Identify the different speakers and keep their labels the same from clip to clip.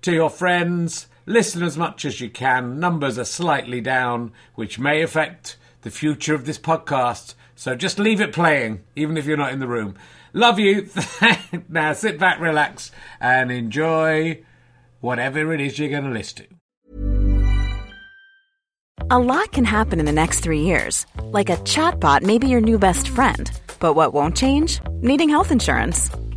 Speaker 1: to your friends. Listen as much as you can. Numbers are slightly down, which may affect the future of this podcast. So just leave it playing, even if you're not in the room. Love you. now sit back, relax, and enjoy whatever it is you're going to listen to.
Speaker 2: A lot can happen in the next three years. Like a chatbot may be your new best friend. But what won't change? Needing health insurance.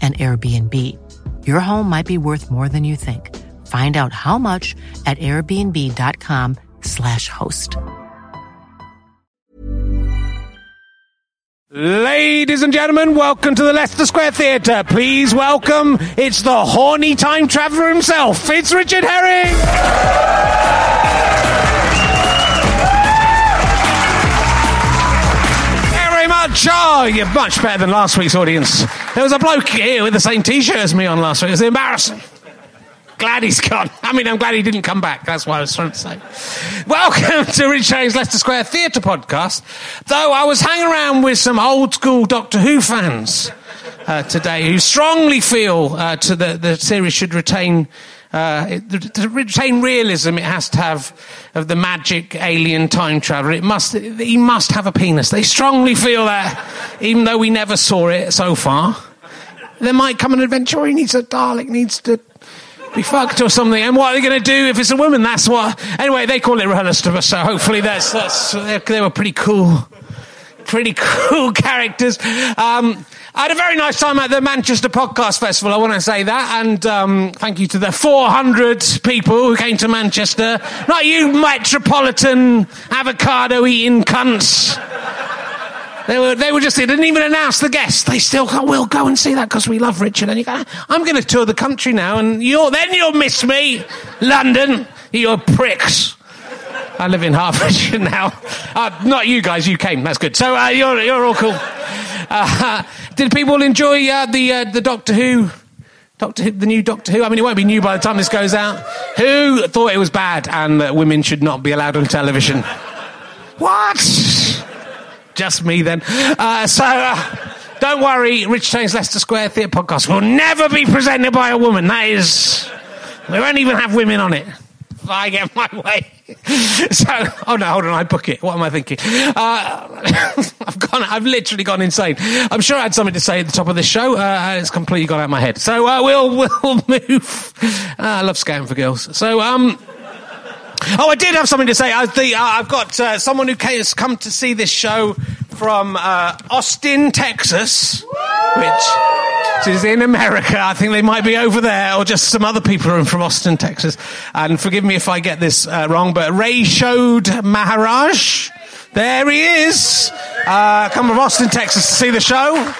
Speaker 3: an Airbnb. Your home might be worth more than you think. Find out how much at airbnb.com/slash host.
Speaker 1: Ladies and gentlemen, welcome to the Leicester Square Theatre. Please welcome, it's the horny time traveller himself. It's Richard Herring. Very much. Oh, you're much better than last week's audience. There was a bloke here with the same T-shirt as me on last week. It was embarrassing. Glad he's gone. I mean, I'm glad he didn't come back. That's what I was trying to say. Welcome to Rich Herring's Leicester Square Theatre podcast. Though I was hanging around with some old school Doctor Who fans uh, today who strongly feel uh, to the, the series should retain. Uh, it- to retain realism, it has to have of the magic alien time traveler. It must, he must have a penis. They strongly feel that, even though we never saw it so far. There might come an adventure where he needs a Dalek, needs to be fucked or something. And what are they going to do if it's a woman? That's what. Anyway, they call it Relastava, so hopefully that's that's they were pretty cool, pretty cool characters. Um, I had a very nice time at the Manchester Podcast Festival. I want to say that, and um, thank you to the 400 people who came to Manchester. Not you, metropolitan avocado eating cunts. They were, they were just, they didn't even announce the guests. They still go, we'll go and see that because we love Richard. And you go, I'm going to tour the country now and you're, then you'll miss me, London, you pricks. I live in Hertfordshire now. Uh, not you guys, you came, that's good. So uh, you're, you're all cool. Uh, did people enjoy uh, the, uh, the Doctor Who? Doctor Who, the new Doctor Who. I mean, it won't be new by the time this goes out. Who thought it was bad and that women should not be allowed on television? What? just me then. Uh, so uh, don't worry, Rich James Leicester Square Theatre podcast will never be presented by a woman. That is, we won't even have women on it. If I get my way. So, oh no, hold on, I book it. What am I thinking? Uh, I've gone, I've literally gone insane. I'm sure I had something to say at the top of this show. Uh, and it's completely gone out of my head. So uh, we'll we'll move. Uh, I love scouting for girls. So um. Oh, I did have something to say. I think, uh, I've got uh, someone who ca- has come to see this show from uh, Austin, Texas, which is in America. I think they might be over there, or just some other people are from Austin, Texas. And forgive me if I get this uh, wrong, but Ray showed Maharaj. There he is. Uh, come from Austin, Texas to see the show.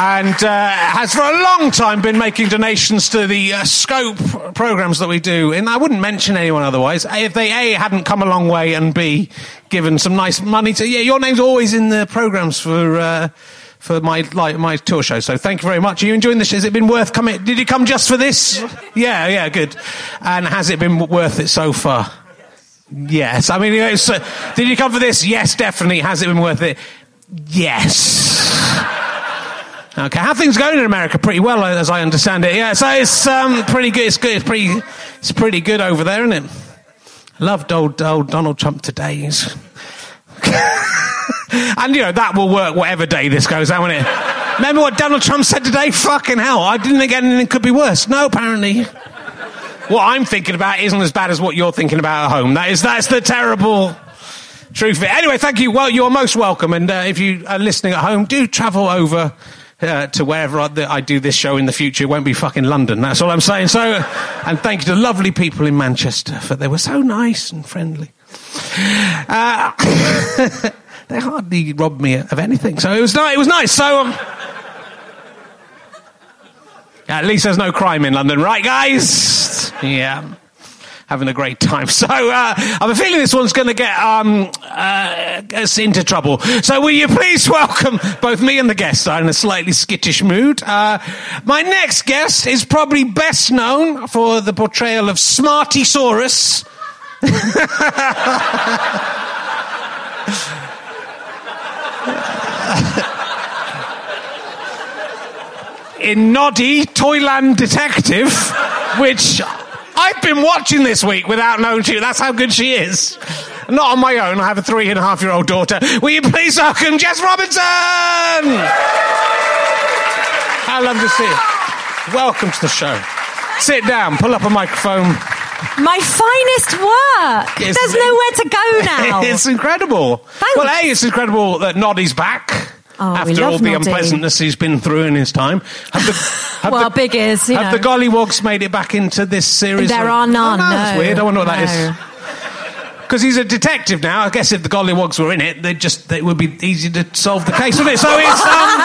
Speaker 1: And uh, has for a long time been making donations to the uh, scope programs that we do. And I wouldn't mention anyone otherwise. If they, A, hadn't come a long way, and B, given some nice money to. Yeah, your name's always in the programs for. Uh, for my like, my tour show. So thank you very much. Are you enjoying this? Has it been worth coming? Did you come just for this? Yeah, yeah, good. And has it been worth it so far? Yes. I mean, you know, so, did you come for this? Yes, definitely. Has it been worth it? Yes. Okay, how things going in America? Pretty well, uh, as I understand it. Yeah, so it's um, pretty good. It's good. It's pretty. It's pretty good over there, isn't it? Loved old old Donald Trump today. He's- and you know that will work whatever day this goes out, won't it? Remember what Donald Trump said today? Fucking hell! I didn't think anything could be worse. No, apparently. What I'm thinking about isn't as bad as what you're thinking about at home. That is, that's the terrible truth of it. Anyway, thank you. Well, you're most welcome. And uh, if you are listening at home, do travel over uh, to wherever I, that I do this show in the future. It won't be fucking London. That's all I'm saying. So, and thank you to lovely people in Manchester for they were so nice and friendly. Uh, they hardly robbed me of anything. So it was nice. It was nice. So. Um, at least there's no crime in London, right, guys? Yeah. Having a great time. So uh, I have a feeling this one's going to get um, uh, us into trouble. So will you please welcome both me and the guest? I'm in a slightly skittish mood. Uh, my next guest is probably best known for the portrayal of Smartysaurus. in Noddy Toyland Detective, which I've been watching this week without knowing she. That's how good she is. Not on my own. I have a three and a half year old daughter. Will you please welcome Jess Robinson? How lovely to see you. Welcome to the show. Sit down. Pull up a microphone.
Speaker 4: My finest work.
Speaker 1: Yes.
Speaker 4: There's nowhere to go now.
Speaker 1: it's incredible.
Speaker 4: Thanks.
Speaker 1: Well, a it's incredible that Noddy's back.
Speaker 4: Oh, we
Speaker 1: after
Speaker 4: love
Speaker 1: all the
Speaker 4: Noddy.
Speaker 1: unpleasantness he's been through in his time, have the, have
Speaker 4: well,
Speaker 1: the-
Speaker 4: big is, you
Speaker 1: Have
Speaker 4: know.
Speaker 1: the gollywogs made it back into this series?
Speaker 4: There
Speaker 1: Or-
Speaker 4: are none,
Speaker 1: Oh, That's
Speaker 4: no,
Speaker 1: weird. I wonder what that
Speaker 4: no.
Speaker 1: is. Because he's a detective now. I guess if the gollywogs were in it, they just it would be easy to solve the case, wouldn't it? So it's. Um,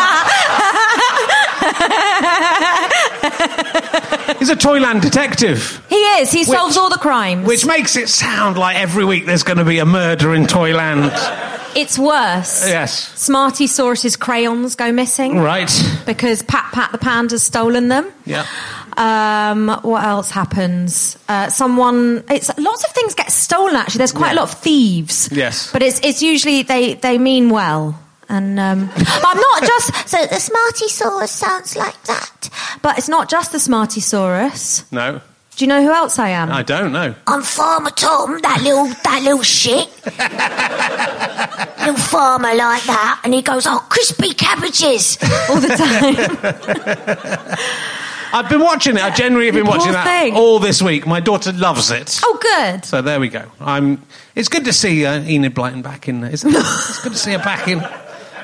Speaker 1: he's a Toyland detective.
Speaker 4: he is. He
Speaker 1: Which-
Speaker 4: solves all the crimes.
Speaker 1: Which makes it sound like every week there's going to be a murder in Toyland.
Speaker 4: it's worse.
Speaker 1: Yes.
Speaker 4: Smarty Saurus's crayons go missing
Speaker 1: Right.
Speaker 4: because Pat Pat the Panda's stolen them.
Speaker 1: Yeah.
Speaker 4: Um, what else happens? Uh, someone, it's lots of things get stolen. Actually, there's quite
Speaker 1: Yeah.
Speaker 4: a lot of thieves.
Speaker 1: Yes.
Speaker 4: but it's it's usually they they mean well, and um, but I'm not just so the Smartysaurus sounds like that, but it's not just the Smartysaurus.
Speaker 1: No.
Speaker 4: Do you know who else I am?
Speaker 1: I don't know.
Speaker 5: I'm Farmer Tom, that little that little shit. little farmer like that, and he goes, Oh, crispy cabbages.
Speaker 4: All the time.
Speaker 1: I've been watching it. I generally have been
Speaker 4: Poor
Speaker 1: watching that
Speaker 4: thing.
Speaker 1: all this week. My daughter loves it.
Speaker 4: oh, good.
Speaker 1: So there we go. I'm. It's good to see uh, Enid Blyton back in. Isn't it? it's good to see her back in.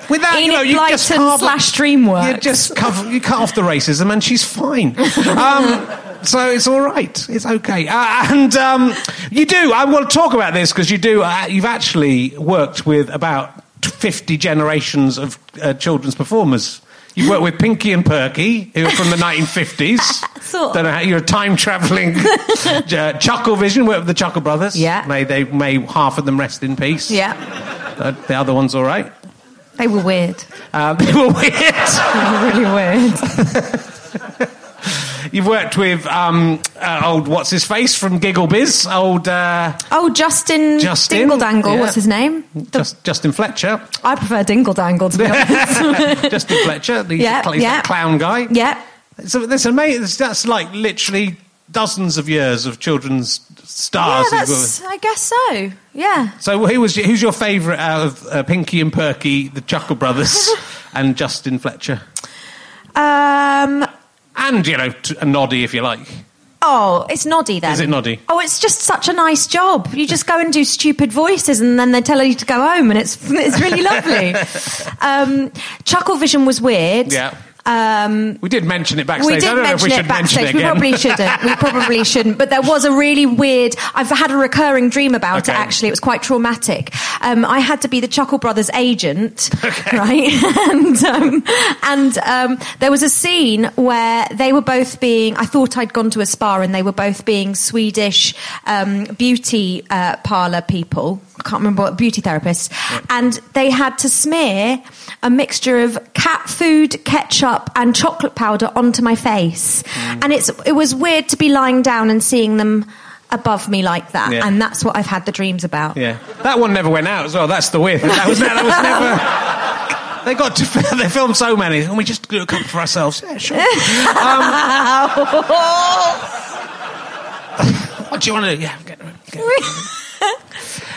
Speaker 1: Without you
Speaker 4: Enid
Speaker 1: know, you just
Speaker 4: Blyton
Speaker 1: carve,
Speaker 4: slash DreamWorks.
Speaker 1: You just cover, you cut off the racism, and she's fine. Um, so it's all right. It's okay. Uh, and um, you do. I will talk about this because you do. Uh, you've actually worked with about fifty generations of uh, children's performers. You worked with Pinky and Perky, who are from the 1950s.
Speaker 4: Sort of.
Speaker 1: Don't know how- you're a time traveling. uh, Chuckle Vision, worked with the Chuckle Brothers.
Speaker 4: Yeah.
Speaker 1: May they may half of them rest in peace.
Speaker 4: Yeah,
Speaker 1: Uh, the other one's all right.
Speaker 4: they were weird.
Speaker 1: Uh, they were weird.
Speaker 4: They were really weird.
Speaker 1: You've worked with um, uh, old what's his face from Giggle Biz, old uh,
Speaker 4: Oh, Justin,
Speaker 1: Justin,
Speaker 4: Dingle Dangle.
Speaker 1: yeah.
Speaker 4: What's his name? The-
Speaker 1: Just, Justin Fletcher. Uh,
Speaker 4: I prefer Dingle Dangle to be honest.
Speaker 1: Justin Fletcher, the
Speaker 4: Yeah,
Speaker 1: he's
Speaker 4: yeah.
Speaker 1: that clown guy.
Speaker 4: yeah.
Speaker 1: So that's amazing. That's like literally dozens of years of children's stars.
Speaker 4: yeah,
Speaker 1: Ah, you've
Speaker 4: that's.
Speaker 1: got.
Speaker 4: I guess so. Yeah.
Speaker 1: So who was your, who's your favourite out of uh, Pinky and Perky, the Chuckle Brothers, and Justin Fletcher,
Speaker 4: Um.
Speaker 1: and you know t- Noddy if you like.
Speaker 4: Oh, it's Noddy then.
Speaker 1: Is it Noddy?
Speaker 4: Oh, it's just such a nice job. You just go and do stupid voices, and then they tell you to go home, and it's it's really lovely. um, Chuckle Vision was weird.
Speaker 1: Yeah.
Speaker 4: Um,
Speaker 1: We did mention it backstage.
Speaker 4: we
Speaker 1: I
Speaker 4: did
Speaker 1: don't know if
Speaker 4: mention
Speaker 1: we
Speaker 4: it
Speaker 1: should
Speaker 4: backstage.
Speaker 1: mention it again.
Speaker 4: We probably shouldn't. We probably shouldn't. But there was a really weird. I've had a recurring dream about it.
Speaker 1: Okay.
Speaker 4: Actually, it was quite traumatic. Um, I had to be the Chuckle Brothers agent, right? and um, and um, there was a scene where they were both being. I thought I'd gone to a spa, and they were both being Swedish um, beauty uh, parlor people. I can't remember what beauty therapists, and they had to smear a mixture of cat food, ketchup, and chocolate powder onto my face,
Speaker 1: Mm.
Speaker 4: and it's it was weird to be lying down and seeing them above me like that,
Speaker 1: Yeah.
Speaker 4: and that's what I've had the dreams about.
Speaker 1: Yeah, that one never went out as well. That's the weird. thing. That was, that was never. They got to, they filmed so many, and we just do a couple for ourselves. Yeah, sure. Um, what do you want to do? Yeah, get, get.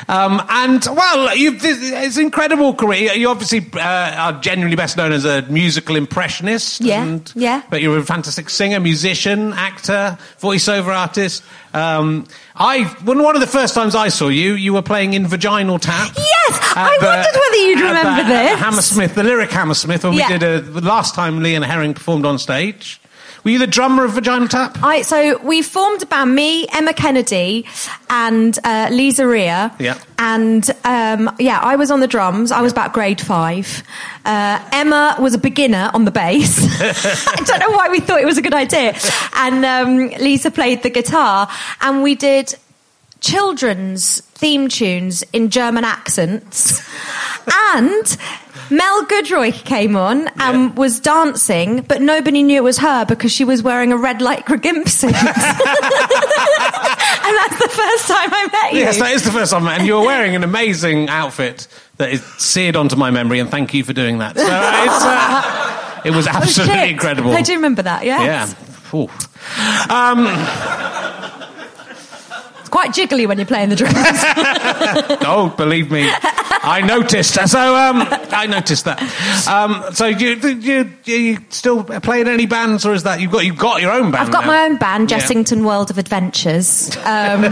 Speaker 1: Um, and well, you've, this, it's an incredible career. You obviously uh, are genuinely best known as a musical impressionist.
Speaker 4: Yeah,
Speaker 1: and-
Speaker 4: yeah.
Speaker 1: But you're a fantastic singer, musician, actor, voiceover artist. Um, I when one of the first times I saw you, you were playing in Vaginal Tap.
Speaker 4: Yes,
Speaker 1: At
Speaker 4: I wondered whether you'd
Speaker 1: at the-
Speaker 4: remember
Speaker 1: at the
Speaker 4: this.
Speaker 1: uh, Hammersmith, the lyric Hammersmith, when
Speaker 4: Yeah.
Speaker 1: we did a the last time Lee and Herring performed on stage. Were you the drummer of Vaginal Tap?
Speaker 4: I, so we formed a band, me, Emma Kennedy, and uh, Lisa Ria.
Speaker 1: Yeah.
Speaker 4: And um, yeah, I was on the drums. I was about grade five. Uh, Emma was a beginner on the bass. I don't know why we thought it was a good idea. And um, Lisa played the guitar, and we did children's theme tunes in German accents. and Mel Goodroy came on and
Speaker 1: Yeah.
Speaker 4: was dancing, but nobody knew it was her because she was wearing a red lycra gimp suit. and that's the first time I met you.
Speaker 1: Yes, that is the first time, and you're wearing an amazing outfit that is seared onto my memory, and thank you for doing that. So uh, it's, uh, it was
Speaker 4: Oh,
Speaker 1: absolutely
Speaker 4: shit.
Speaker 1: incredible.
Speaker 4: I do remember that, yes.
Speaker 1: Yeah. Ooh. Um,
Speaker 4: It's quite jiggly when you're playing the drums.
Speaker 1: oh, believe me, I noticed. So um, I noticed that. Um, so you, you you you still playing any bands, or is that you've got you've got your own band?
Speaker 4: I've got
Speaker 1: now?
Speaker 4: my own band,
Speaker 1: Yeah.
Speaker 4: Jessington World of Adventures. Um,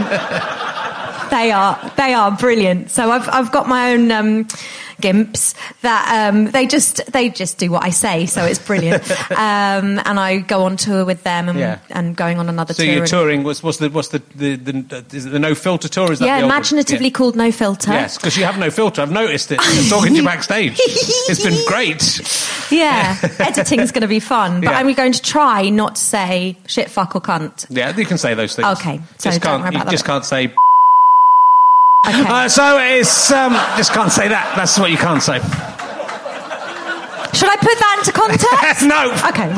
Speaker 4: they are they are brilliant. So I've I've got my own um, gimps that um, they just they just do what I say. So it's brilliant. um, and I go on tour with them and,
Speaker 1: Yeah.
Speaker 4: and going on another
Speaker 1: So
Speaker 4: tour.
Speaker 1: you're
Speaker 4: and-
Speaker 1: touring. What's, what's the what's the the, the, is it the no filter tour? Is that
Speaker 4: yeah,
Speaker 1: the old one?
Speaker 4: imaginatively
Speaker 1: Yeah.
Speaker 4: called No Filter.
Speaker 1: Yes, because you have no filter. I've noticed it. Talking to you backstage, it's been great.
Speaker 4: Yeah, editing's going to be fun, but
Speaker 1: Yeah.
Speaker 4: I'm going to try not to say shit, fuck, or cunt.
Speaker 1: Yeah, you can say those things.
Speaker 4: Okay, so
Speaker 1: just
Speaker 4: don't
Speaker 1: can't,
Speaker 4: worry about
Speaker 1: you
Speaker 4: that
Speaker 1: just
Speaker 4: bit.
Speaker 1: can't say.
Speaker 4: Okay.
Speaker 1: Uh, so it's um, just can't say that. That's what you can't say.
Speaker 4: Should I put that into context?
Speaker 1: No.
Speaker 4: Okay,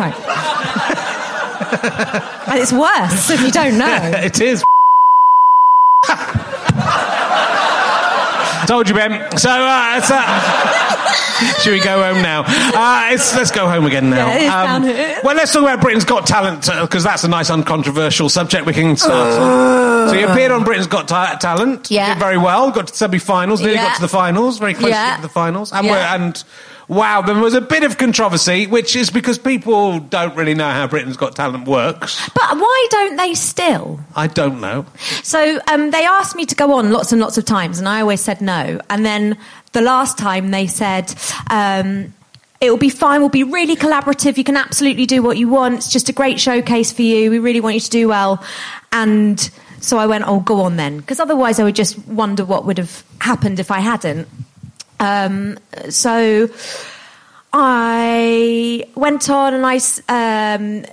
Speaker 4: right. And it's worse if you don't know.
Speaker 1: it is. Told you, Ben. So uh, it's, uh, should we go home now? Uh, it's, let's go home again now. Um,
Speaker 4: Yeah, it's down here.
Speaker 1: well, let's talk about Britain's Got Talent because that's a nice, uncontroversial subject we can start. on. So you appeared on Britain's Got Ta- Talent.
Speaker 4: Yeah.
Speaker 1: Did very well. Got to semi-finals. Nearly
Speaker 4: Yeah.
Speaker 1: got to the finals. Very close
Speaker 4: Yeah.
Speaker 1: to the finals. And,
Speaker 4: Yeah.
Speaker 1: we're, and wow, there was a bit of controversy, which is because people don't really know how Britain's Got Talent works.
Speaker 4: But why don't they still?
Speaker 1: I don't know.
Speaker 4: So um, they asked me to go on lots and lots of times, and I always said no. And then the last time they said, um, it will be fine, we'll be really collaborative, you can absolutely do what you want, it's just a great showcase for you, we really want you to do well. And so I went, oh, go on then, because otherwise I would just wonder what would have happened if I hadn't. Um, so I went on and I. s- Um,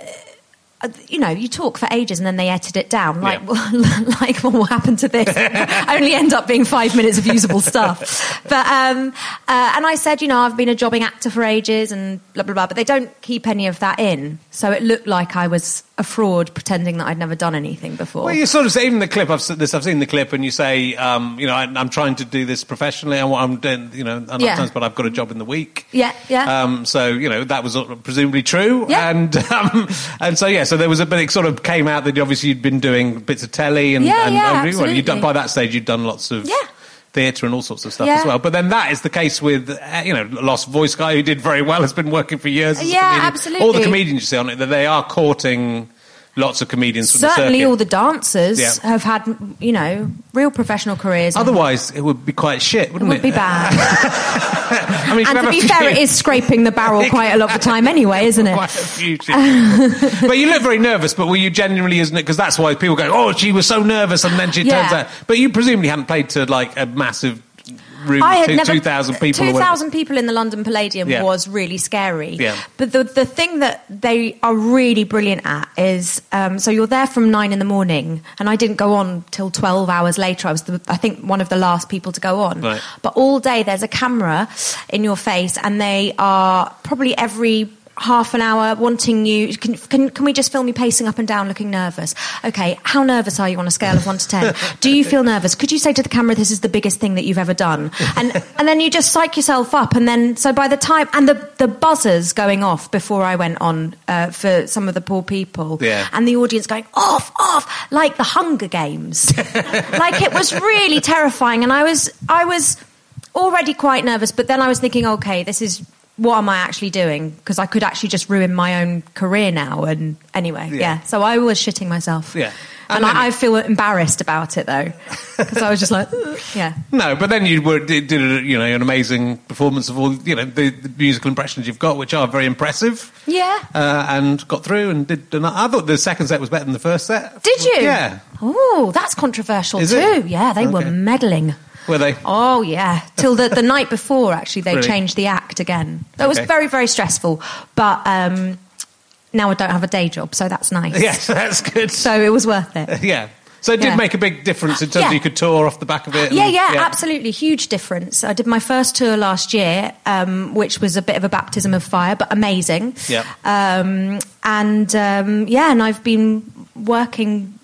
Speaker 4: uh, you know, you talk for ages and then they edit it down. Like, like what will happen to this? I only end up being five minutes of usable stuff. But um, uh, and I said, you know, I've been a jobbing actor for ages and blah blah blah. But they don't keep any of that in, so it looked like I was a fraud pretending that I'd never done anything before.
Speaker 1: Well, you sort of say, even the clip, I've, se- this, I've seen the clip, and you say, um, you know, I, I'm trying to do this professionally, and what I'm doing, you know, and
Speaker 4: Yeah.
Speaker 1: times, but I've got a job in the week.
Speaker 4: Yeah, yeah.
Speaker 1: Um, so, you know, that was presumably true.
Speaker 4: Yeah.
Speaker 1: And, um, and so, yeah, so there was a bit, it sort of came out that obviously you'd been doing bits of telly and,
Speaker 4: Yeah,
Speaker 1: and
Speaker 4: yeah,
Speaker 1: and- well, you'd done,
Speaker 4: absolutely.
Speaker 1: by that stage, you'd done lots of
Speaker 4: Yeah.
Speaker 1: theatre and all sorts of stuff
Speaker 4: Yeah.
Speaker 1: as well. But then that is the case with, uh, you know, Lost Voice Guy, who did very well, has been working for years. as a
Speaker 4: Yeah,
Speaker 1: comedian. All the
Speaker 4: absolutely.
Speaker 1: comedians you see on it, that they are courting lots of comedians from the
Speaker 4: Certainly,
Speaker 1: circuit.
Speaker 4: all the dancers
Speaker 1: Yeah.
Speaker 4: have had, you know, real professional careers. and
Speaker 1: Otherwise, it would be quite shit,
Speaker 4: it
Speaker 1: wouldn't it?
Speaker 4: would be bad.
Speaker 1: I mean,
Speaker 4: and
Speaker 1: if you have
Speaker 4: to be
Speaker 1: a
Speaker 4: fair,
Speaker 1: few-
Speaker 4: it is scraping the barrel quite a lot of the time anyway, isn't it?
Speaker 1: Quite a few things. but you look very nervous, but were you genuinely, isn't it? Because that's why people go, oh, she was so nervous, and then she
Speaker 4: Yeah.
Speaker 1: turns out. But you presumably hadn't played to like a massive room
Speaker 4: I
Speaker 1: of
Speaker 4: had
Speaker 1: two-
Speaker 4: never
Speaker 1: 2,000 people. or
Speaker 4: Two
Speaker 1: whatever.
Speaker 4: thousand people in the London Palladium
Speaker 1: Yeah.
Speaker 4: was really scary.
Speaker 1: Yeah.
Speaker 4: But the the thing that they are really brilliant at is um, so you're there from nine in the morning, and I didn't go on till twelve hours later. I was the, I think one of the last people to go on.
Speaker 1: Right.
Speaker 4: But all day there's a camera in your face, and they are probably every. Half an hour wanting you. Can, can, can we just film you pacing up and down looking nervous? Okay, how nervous are you on a scale of one to ten? Do you feel nervous? Could you say to the camera, this is the biggest thing that you've ever done? And, and then you just psych yourself up. And then, so by the time, and the, the buzzers going off before I went on uh, for some of the poor people,
Speaker 1: Yeah.
Speaker 4: and the audience going off, off, like the Hunger Games. like it was really terrifying. And I was, I was already quite nervous, but then I was thinking, okay, this is what am I actually doing? Because I could actually just ruin my own career now. And anyway, yeah. So I was shitting myself.
Speaker 1: Yeah.
Speaker 4: And,
Speaker 1: And then-
Speaker 4: I, I feel embarrassed about it though, because I was just like, yeah.
Speaker 1: No, but then you were, did, did a, you know an amazing performance of all you know the, the musical impressions you've got, which are very impressive.
Speaker 4: Yeah.
Speaker 1: uh, and got through and did. And I thought the second set was better than the first set.
Speaker 4: Did you?
Speaker 1: Yeah,
Speaker 4: Oh, that's controversial
Speaker 1: Is
Speaker 4: too.
Speaker 1: it?
Speaker 4: Yeah, they were
Speaker 1: Okay.
Speaker 4: meddling.
Speaker 1: were they?
Speaker 4: Oh yeah, till the, the night before actually they
Speaker 1: Really?
Speaker 4: changed the act again. That was
Speaker 1: Okay.
Speaker 4: very very stressful, but um, now I don't have a day job, so that's nice.
Speaker 1: Yes, that's good.
Speaker 4: So it was worth it.
Speaker 1: yeah, so it did
Speaker 4: Yeah.
Speaker 1: make a big difference in terms of
Speaker 4: Yeah.
Speaker 1: you could tour off the back of it. and-
Speaker 4: Yeah, yeah, absolutely. Huge difference. I did my first tour last year, um, which was a bit of a baptism of fire, but amazing.
Speaker 1: Yeah.
Speaker 4: Um, and um, yeah, and I've been working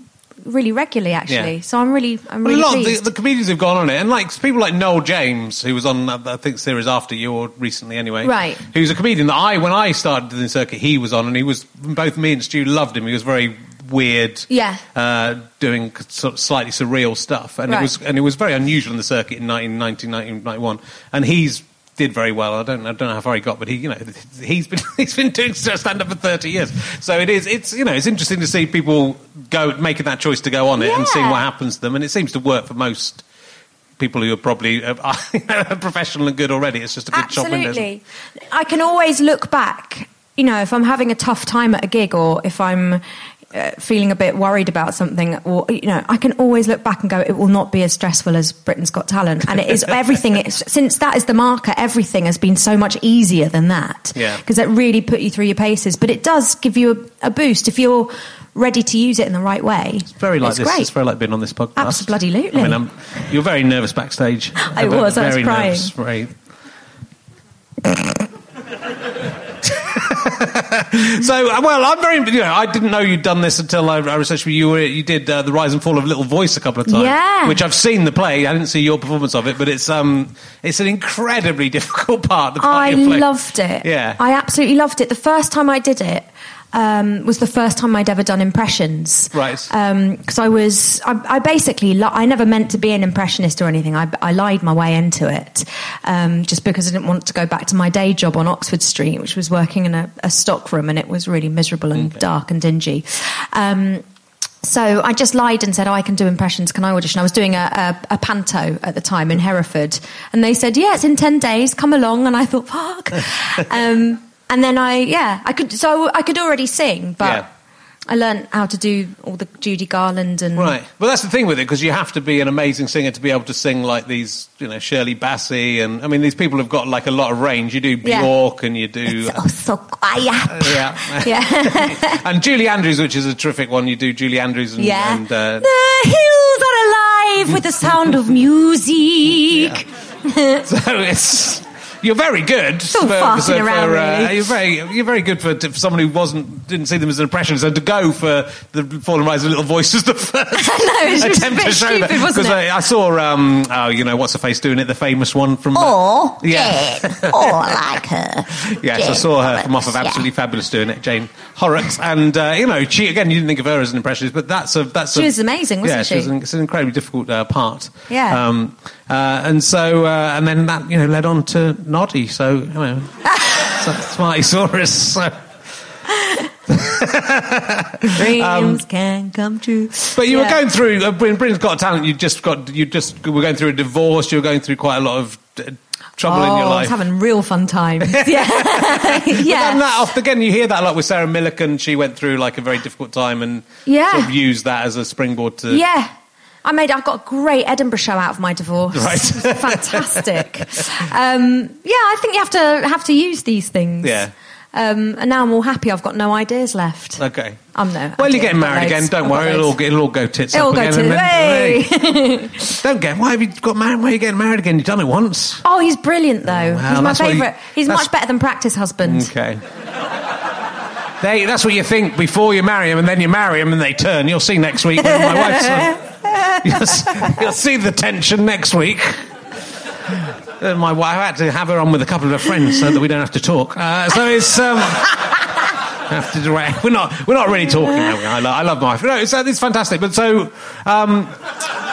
Speaker 4: really regularly actually.
Speaker 1: Yeah.
Speaker 4: So I'm really, I'm
Speaker 1: Well,
Speaker 4: really
Speaker 1: a lot of
Speaker 4: pleased.
Speaker 1: the, the comedians who've gone on it, and like people like Noel James, who was on uh, I think series after you or recently anyway,
Speaker 4: Right.
Speaker 1: Who's a comedian that I when I started in the circuit he was on, and he was both me and Stu loved him. He was very weird,
Speaker 4: Yeah.
Speaker 1: uh, doing sort of slightly surreal stuff, and it
Speaker 4: Right.
Speaker 1: was and it was very unusual in the circuit in 1990, 1991. and he's. Did very well. I don't. I don't know how far he got, but he, you know, he's been he's been doing stand up for thirty years. So it is. It's you know, it's interesting to see people go making that choice to go on it and seeing
Speaker 4: Yeah.
Speaker 1: what happens to them. And it seems to work for most people who are probably uh, are professional and good already. It's just a good shop window.
Speaker 4: Absolutely. I can always look back, you know, if I'm having a tough time at a gig or if I'm uh, feeling a bit worried about something or you know I can always look back and go it will not be as stressful as Britain's Got Talent and it is everything it's, since that is the marker everything has been so much easier than that
Speaker 1: Yeah.
Speaker 4: because it really put you through your paces but it does give you a, a boost if you're ready to use it in the right way it's
Speaker 1: Very like this.
Speaker 4: great.
Speaker 1: It's very like being on this podcast.
Speaker 4: Abso-bloody-lutely.
Speaker 1: I mean, I'm, you're very nervous backstage.
Speaker 4: I was, I was
Speaker 1: very
Speaker 4: crying.
Speaker 1: nervous, very- so uh, well, I'm very. You know, I didn't know you'd done this until I, I researched you. You, were, you did uh, the rise and fall of Little Voice a couple of times,
Speaker 4: Yeah.
Speaker 1: which I've seen the play. I didn't see your performance of it, but it's um, it's an incredibly difficult part. The part
Speaker 4: I
Speaker 1: you play.
Speaker 4: loved it.
Speaker 1: Yeah,
Speaker 4: I absolutely loved it. The first time I did it um, was the first time I'd ever done impressions.
Speaker 1: Right.
Speaker 4: Because I was, I, I basically, li- I never meant to be an impressionist or anything. I, I lied my way into it um, just because I didn't want to go back to my day job on Oxford Street, which was working in a, a stockroom and it was really miserable and dark and dingy. Um, so I just lied and said, oh, I can do impressions. Can I audition? I was doing a, a, a panto at the time in Hereford. And they said, yeah, it's in 10 days. Come along. And I thought, fuck. um, and then I, yeah, I could, so I could already sing, but
Speaker 1: Yeah.
Speaker 4: I learned how to do all the Judy Garland and.
Speaker 1: Right. Well, that's the thing with it because you have to be an amazing singer to be able to sing like these, you know, Shirley Bassey and I mean these people have got like a lot of range. You do
Speaker 4: Yeah.
Speaker 1: Bjork and you do uh,
Speaker 4: Oh, so quiet.
Speaker 1: yeah.
Speaker 4: Yeah.
Speaker 1: and Julie Andrews, which is a terrific one. You do Julie Andrews and,
Speaker 4: yeah.
Speaker 1: and uh,
Speaker 4: the hills are alive with the sound of music.
Speaker 1: so it's you're very good.
Speaker 4: Still farting around, really.
Speaker 1: uh, You're very you're very good for, for someone who wasn't didn't see them as an impression. So to go for the Fall and Rise of Little Voice was the first
Speaker 4: it was just a
Speaker 1: attempt
Speaker 4: bit
Speaker 1: to show
Speaker 4: stupid,
Speaker 1: that
Speaker 4: wasn't it?
Speaker 1: I, I saw um, oh you know what's the face doing it the famous one from uh,
Speaker 4: Oh,
Speaker 5: Or
Speaker 1: Yeah.
Speaker 5: Jen. Or Oh, like her.
Speaker 1: Yes, I
Speaker 5: Jane
Speaker 1: saw her
Speaker 5: Horrocks,
Speaker 1: from off of
Speaker 5: yeah.
Speaker 1: Absolutely Fabulous doing it, Jane Horrocks, and uh, you know she again. You didn't think of her as an impressionist, but that's a that's
Speaker 4: She
Speaker 1: a-
Speaker 4: was amazing, wasn't
Speaker 1: yeah,
Speaker 4: she?
Speaker 1: was an, it's an incredibly difficult uh, part.
Speaker 4: Yeah.
Speaker 1: Um, uh, and so uh, and then that you know led on uh, to Noddy. So you know, so that's why he saw us. So.
Speaker 4: Dreams
Speaker 1: Um,
Speaker 4: can come true.
Speaker 1: But you were
Speaker 4: Yeah.
Speaker 1: going through uh, when Britain's Got Talent. You just got you just were going through a divorce. You were going through quite a lot of uh, trouble in
Speaker 4: Oh,
Speaker 1: your
Speaker 4: I
Speaker 1: life.
Speaker 4: was having real fun times. Yeah,
Speaker 1: And
Speaker 4: yeah.
Speaker 1: that often again, you hear that a lot with Sarah Millican. She went through like a very difficult time and
Speaker 4: Yeah.
Speaker 1: sort of used that as a springboard to
Speaker 4: Yeah. I made. I got a great Edinburgh show out of my divorce.
Speaker 1: Right.
Speaker 4: It was fantastic. um, yeah, I think you have to have to use these things.
Speaker 1: Yeah.
Speaker 4: Um, and now I'm all happy. I've got no ideas left.
Speaker 1: Okay.
Speaker 4: I'm no.
Speaker 1: Well,
Speaker 4: I'm
Speaker 1: you're getting
Speaker 4: kidding. I've got
Speaker 1: married
Speaker 4: loads.
Speaker 1: again. Don't
Speaker 4: I've got
Speaker 1: worry, it'll
Speaker 4: loads.
Speaker 1: all, it'll all go tits
Speaker 4: It'll
Speaker 1: up
Speaker 4: go
Speaker 1: again.
Speaker 4: to
Speaker 1: and then-
Speaker 4: hey.
Speaker 1: Don't get. Why have you got married? Why are you getting married again? You've done it once.
Speaker 4: Oh, he's brilliant though.
Speaker 1: Wow,
Speaker 4: he's my
Speaker 1: that's what you-
Speaker 4: favourite. he's
Speaker 1: that's-
Speaker 4: much better than practice husband.
Speaker 1: Okay. They, that's what you think before you marry them, and then you marry them, and they turn. You'll see next week when my wife's. on. You'll s- You'll see the tension next week. And Uh, my wife I had to have her on with a couple of her friends so that we don't have to talk. Uh, so it's. Um, have to direct. We're not. We're not really talking. Are we? I, lo- I love my wife. No, it's, uh, it's fantastic. But so, um,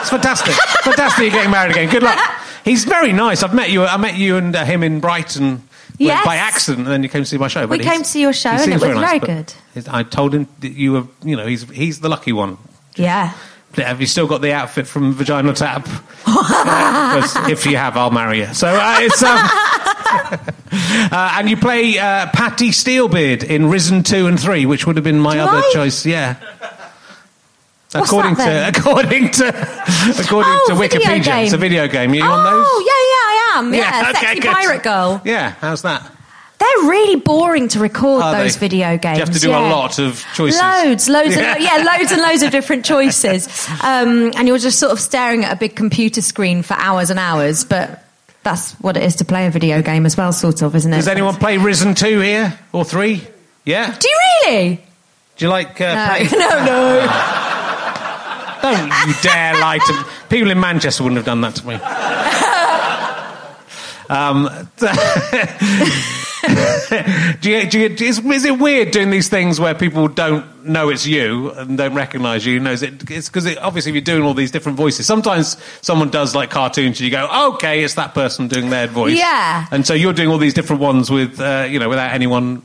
Speaker 1: it's fantastic. fantastic. You're getting married again. Good luck. He's very nice. I've met you. I met you and uh, him in Brighton. when-
Speaker 4: Yes.
Speaker 1: By accident, and then you came to see my show.
Speaker 4: We
Speaker 1: but he's-
Speaker 4: came to your show
Speaker 1: he
Speaker 4: and it
Speaker 1: seems
Speaker 4: was very
Speaker 1: but
Speaker 4: good.
Speaker 1: his- I told him that you were, you know, he's he's the lucky one.
Speaker 4: Yeah.
Speaker 1: Have you still got the outfit from Vagina Tap? Uh, 'cause if you have, I'll marry you. So uh, it's um, uh, and you play uh, Patty Steelbeard in Risen Two and Three, which would have been my
Speaker 4: Do
Speaker 1: other
Speaker 4: I?
Speaker 1: choice. Yeah.
Speaker 4: What's
Speaker 1: according
Speaker 4: that then?
Speaker 1: to according to according
Speaker 4: Oh,
Speaker 1: to
Speaker 4: video
Speaker 1: Wikipedia,
Speaker 4: game.
Speaker 1: it's a video game. Are you
Speaker 4: oh,
Speaker 1: on those?
Speaker 4: yeah, yeah, I am. Yeah,
Speaker 1: okay,
Speaker 4: sexy
Speaker 1: good.
Speaker 4: pirate girl.
Speaker 1: Yeah, how's that?
Speaker 4: They're really boring to record
Speaker 1: Are
Speaker 4: those
Speaker 1: they?
Speaker 4: video games.
Speaker 1: You have to do a
Speaker 4: yeah.
Speaker 1: lot of choices.
Speaker 4: Loads, loads,
Speaker 1: Yeah.
Speaker 4: And lo- yeah, loads and loads of different choices, um, and you're just sort of staring at a big computer screen for hours and hours. But that's what it is to play a video game as well, sort of, isn't it?
Speaker 1: Does anyone play Risen 2 here? Or 3? Yeah?
Speaker 4: Do you really?
Speaker 1: Do you like uh,
Speaker 4: No,
Speaker 1: Patty-
Speaker 4: no, no.
Speaker 1: Don't you dare lie to me. People in Manchester wouldn't have done that to me. Um, do you, do you, is, is it weird doing these things where people don't know it's you and don't recognise you? No, is it, it's because it, obviously if you're doing all these different voices, sometimes someone does like cartoons and you go, okay, it's that person doing their voice.
Speaker 4: Yeah.
Speaker 1: And so you're doing all these different ones with, uh, you know, without anyone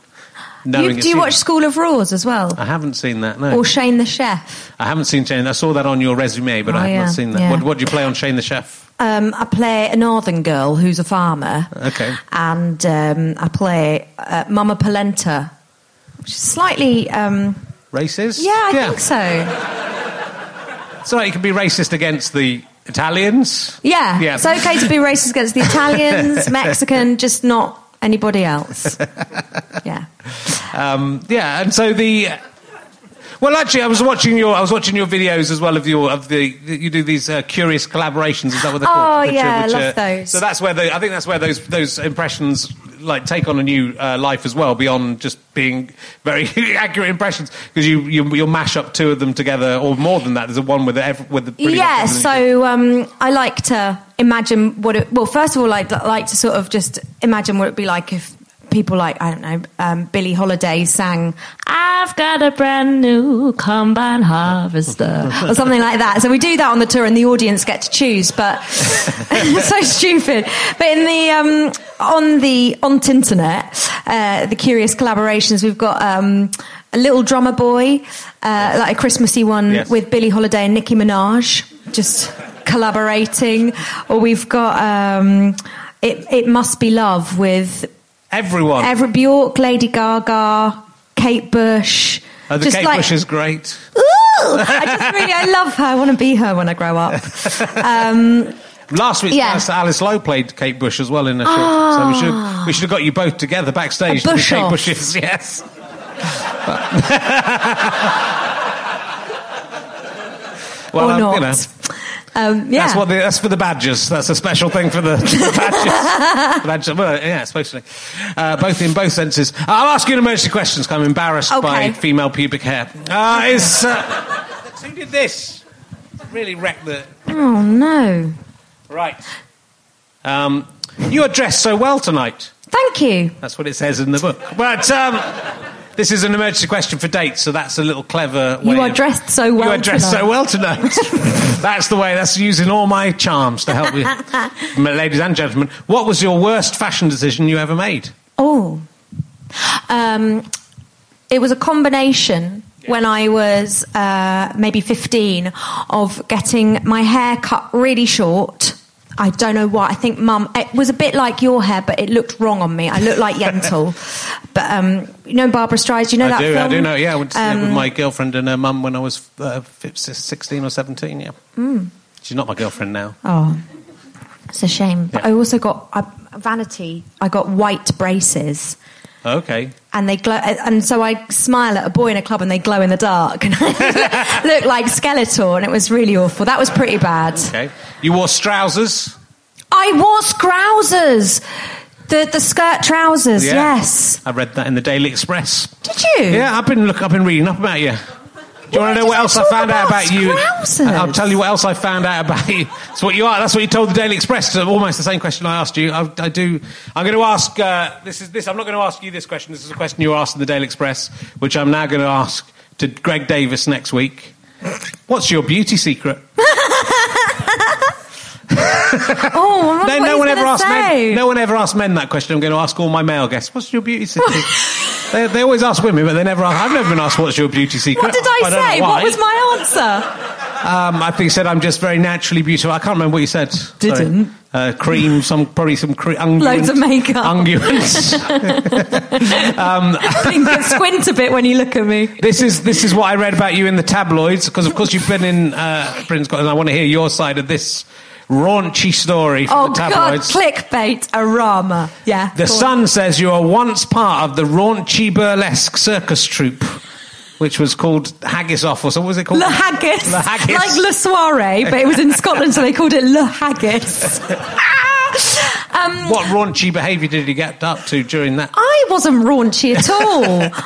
Speaker 1: knowing
Speaker 4: You,
Speaker 1: it's Uh,
Speaker 4: do you watch School of Roars as well,
Speaker 1: I haven't seen that, no.
Speaker 4: or Shane the Chef?
Speaker 1: I haven't seen Shane. I saw that on your resume, but
Speaker 4: Oh,
Speaker 1: I have
Speaker 4: yeah,
Speaker 1: not seen that.
Speaker 4: yeah.
Speaker 1: What, what do you play on Shane the Chef?
Speaker 4: Um, I play a northern girl who's a farmer.
Speaker 1: Okay.
Speaker 4: And um, I play uh, Mama Polenta, which is slightly. Um,
Speaker 1: Racist?
Speaker 4: yeah, I think so.
Speaker 1: It's all right, you can be racist against the Italians.
Speaker 4: Yeah.
Speaker 1: Yeah.
Speaker 4: It's okay to be racist against the Italians, Mexican, just not anybody else. Yeah.
Speaker 1: Um, yeah, and so the. Well, actually, I was watching your I was watching your videos as well of your of the you do these uh, curious collaborations. Is that what they're
Speaker 4: Oh,
Speaker 1: called? Which are-
Speaker 4: yeah, I
Speaker 1: which
Speaker 4: love
Speaker 1: are-
Speaker 4: those.
Speaker 1: So that's where the, I think that's where those those impressions like take on a new uh, life as well, beyond just being very accurate impressions because you, you you'll mash up two of them together or more than that. There's a one with the, ev- with the pretty much
Speaker 4: yeah.
Speaker 1: everything you do.
Speaker 4: So um, I like to imagine what it. Well, first of all, I'd li- like to sort of just imagine what it'd be like if people like I don't know um, Billie Holiday sang "I've Got a Brand New Combine Harvester" or something like that. So we do that on the tour, and the audience get to choose. But so stupid. But in the um, on the on internet, uh, the curious collaborations we've got. Um, a little drummer boy, uh, like a Christmassy one
Speaker 1: Yes.
Speaker 4: with Billie Holiday and Nicki Minaj, just collaborating. Or we've got um, it, it Must Be Love with
Speaker 1: Everyone.
Speaker 4: Everett Bjork, Lady Gaga, Kate Bush.
Speaker 1: Oh, the
Speaker 4: Just
Speaker 1: Kate
Speaker 4: like-
Speaker 1: Bush is great.
Speaker 4: Ooh! I just really, I love her. I want to be her when I grow up.
Speaker 1: Last week,
Speaker 4: Yeah.
Speaker 1: Alice Lowe played Kate Bush as well in a short. So we should we should have got you both together backstage. to
Speaker 4: Ah. A
Speaker 1: be
Speaker 4: bush
Speaker 1: Kate
Speaker 4: off.
Speaker 1: Bushes, yes. well,
Speaker 4: or
Speaker 1: um,
Speaker 4: not.
Speaker 1: you know,
Speaker 4: um, yeah.
Speaker 1: that's what the, that's for the badgers. That's a special thing for the, the badgers. The badgers. Well, yeah, supposedly, uh, both in both senses. I'll ask you an emergency question 'cause I'm embarrassed by
Speaker 4: Okay.
Speaker 1: female pubic hair. Uh, is uh, who did this? Really wrecked the.
Speaker 4: oh no!
Speaker 1: Right. Um, you are dressed so well tonight.
Speaker 4: Thank you.
Speaker 1: That's what it says in the book. But um, this is an emergency question for dates, so that's a little clever way.
Speaker 4: You are
Speaker 1: of-
Speaker 4: dressed so well
Speaker 1: You are dressed
Speaker 4: tonight.
Speaker 1: so well tonight. that's the way. That's using all my charms to help you, My ladies and gentlemen. What was your worst fashion decision you ever made?
Speaker 4: Oh. Um, it was a combination when I was uh, maybe 15 of getting my hair cut really short. I don't know why. I think mum, it was a bit like your hair, but it looked wrong on me. I looked like Yentl. but um, you know Barbara Streisand, you know
Speaker 1: I
Speaker 4: that
Speaker 1: do,
Speaker 4: film?
Speaker 1: I do know. Yeah, I went to see it with
Speaker 4: Um,
Speaker 1: my girlfriend and her mum when I was uh, fif- sixteen or seventeen. Yeah, she's not my girlfriend now.
Speaker 4: Hmm. Oh, it's a shame. But
Speaker 1: Yeah.
Speaker 4: I also got I, vanity. I got white braces,
Speaker 1: Okay,
Speaker 4: and they glow. uh, And so I smile at a boy in a club, and they glow in the dark, and I look like Skeletor, and it was really awful. That was pretty bad.
Speaker 1: okay. You wore trousers.
Speaker 4: I wore trousers, the the skirt trousers.
Speaker 1: Yeah.
Speaker 4: Yes,
Speaker 1: I read that in the Daily Express.
Speaker 4: did you?
Speaker 1: Yeah, I've been look. I've been reading up about you. Do you
Speaker 4: Why
Speaker 1: want to know
Speaker 4: did
Speaker 1: what
Speaker 4: you
Speaker 1: else I
Speaker 4: talk
Speaker 1: found out
Speaker 4: about
Speaker 1: about you?
Speaker 4: trousers?
Speaker 1: I'll tell you what else I found out about you. That's what you are. That's what you told the Daily Express. So almost the same question I asked you. I, I do. I'm going to ask. Uh, this is this. I'm not going to ask you this question. This is a question you asked in the Daily Express, which I'm now going to ask to Greg Davis next week. What's your beauty secret?
Speaker 4: Oh,
Speaker 1: No,
Speaker 4: I wonder what
Speaker 1: no
Speaker 4: he's
Speaker 1: one
Speaker 4: gonna
Speaker 1: ever asked
Speaker 4: say.
Speaker 1: men. No one ever asked men that question. I'm going to ask all my male guests. What's your beauty secret? they, they always ask women, but they never ask. I've never been asked what's your beauty secret.
Speaker 4: What did I,
Speaker 1: don't know
Speaker 4: say? What
Speaker 1: why.
Speaker 4: was my answer?
Speaker 1: Um, I think you said I'm just very naturally beautiful. I can't remember what you said. Sorry.
Speaker 4: Didn't.
Speaker 1: Uh, cream, some probably some cre- unguent,
Speaker 4: Loads of makeup.
Speaker 1: Unguents.
Speaker 4: I think you squint a bit when you look at me.
Speaker 1: this is this is what I read about you in the tabloids because of course you've been in uh, Britain's Got, and I want to hear your side of this raunchy story from
Speaker 4: Oh
Speaker 1: the
Speaker 4: God!
Speaker 1: tabloids.
Speaker 4: Clickbait, a rama. Yeah.
Speaker 1: The
Speaker 4: go on.
Speaker 1: Sun says you are once part of the raunchy burlesque circus troupe, which was called Haggis Off, or so what was it called?
Speaker 4: Le Haggis.
Speaker 1: Le Haggis.
Speaker 4: Like Le Soiree, but it was in Scotland, so they called it Le Haggis. um,
Speaker 1: what raunchy behaviour did you get up to during that?
Speaker 4: I wasn't raunchy at all.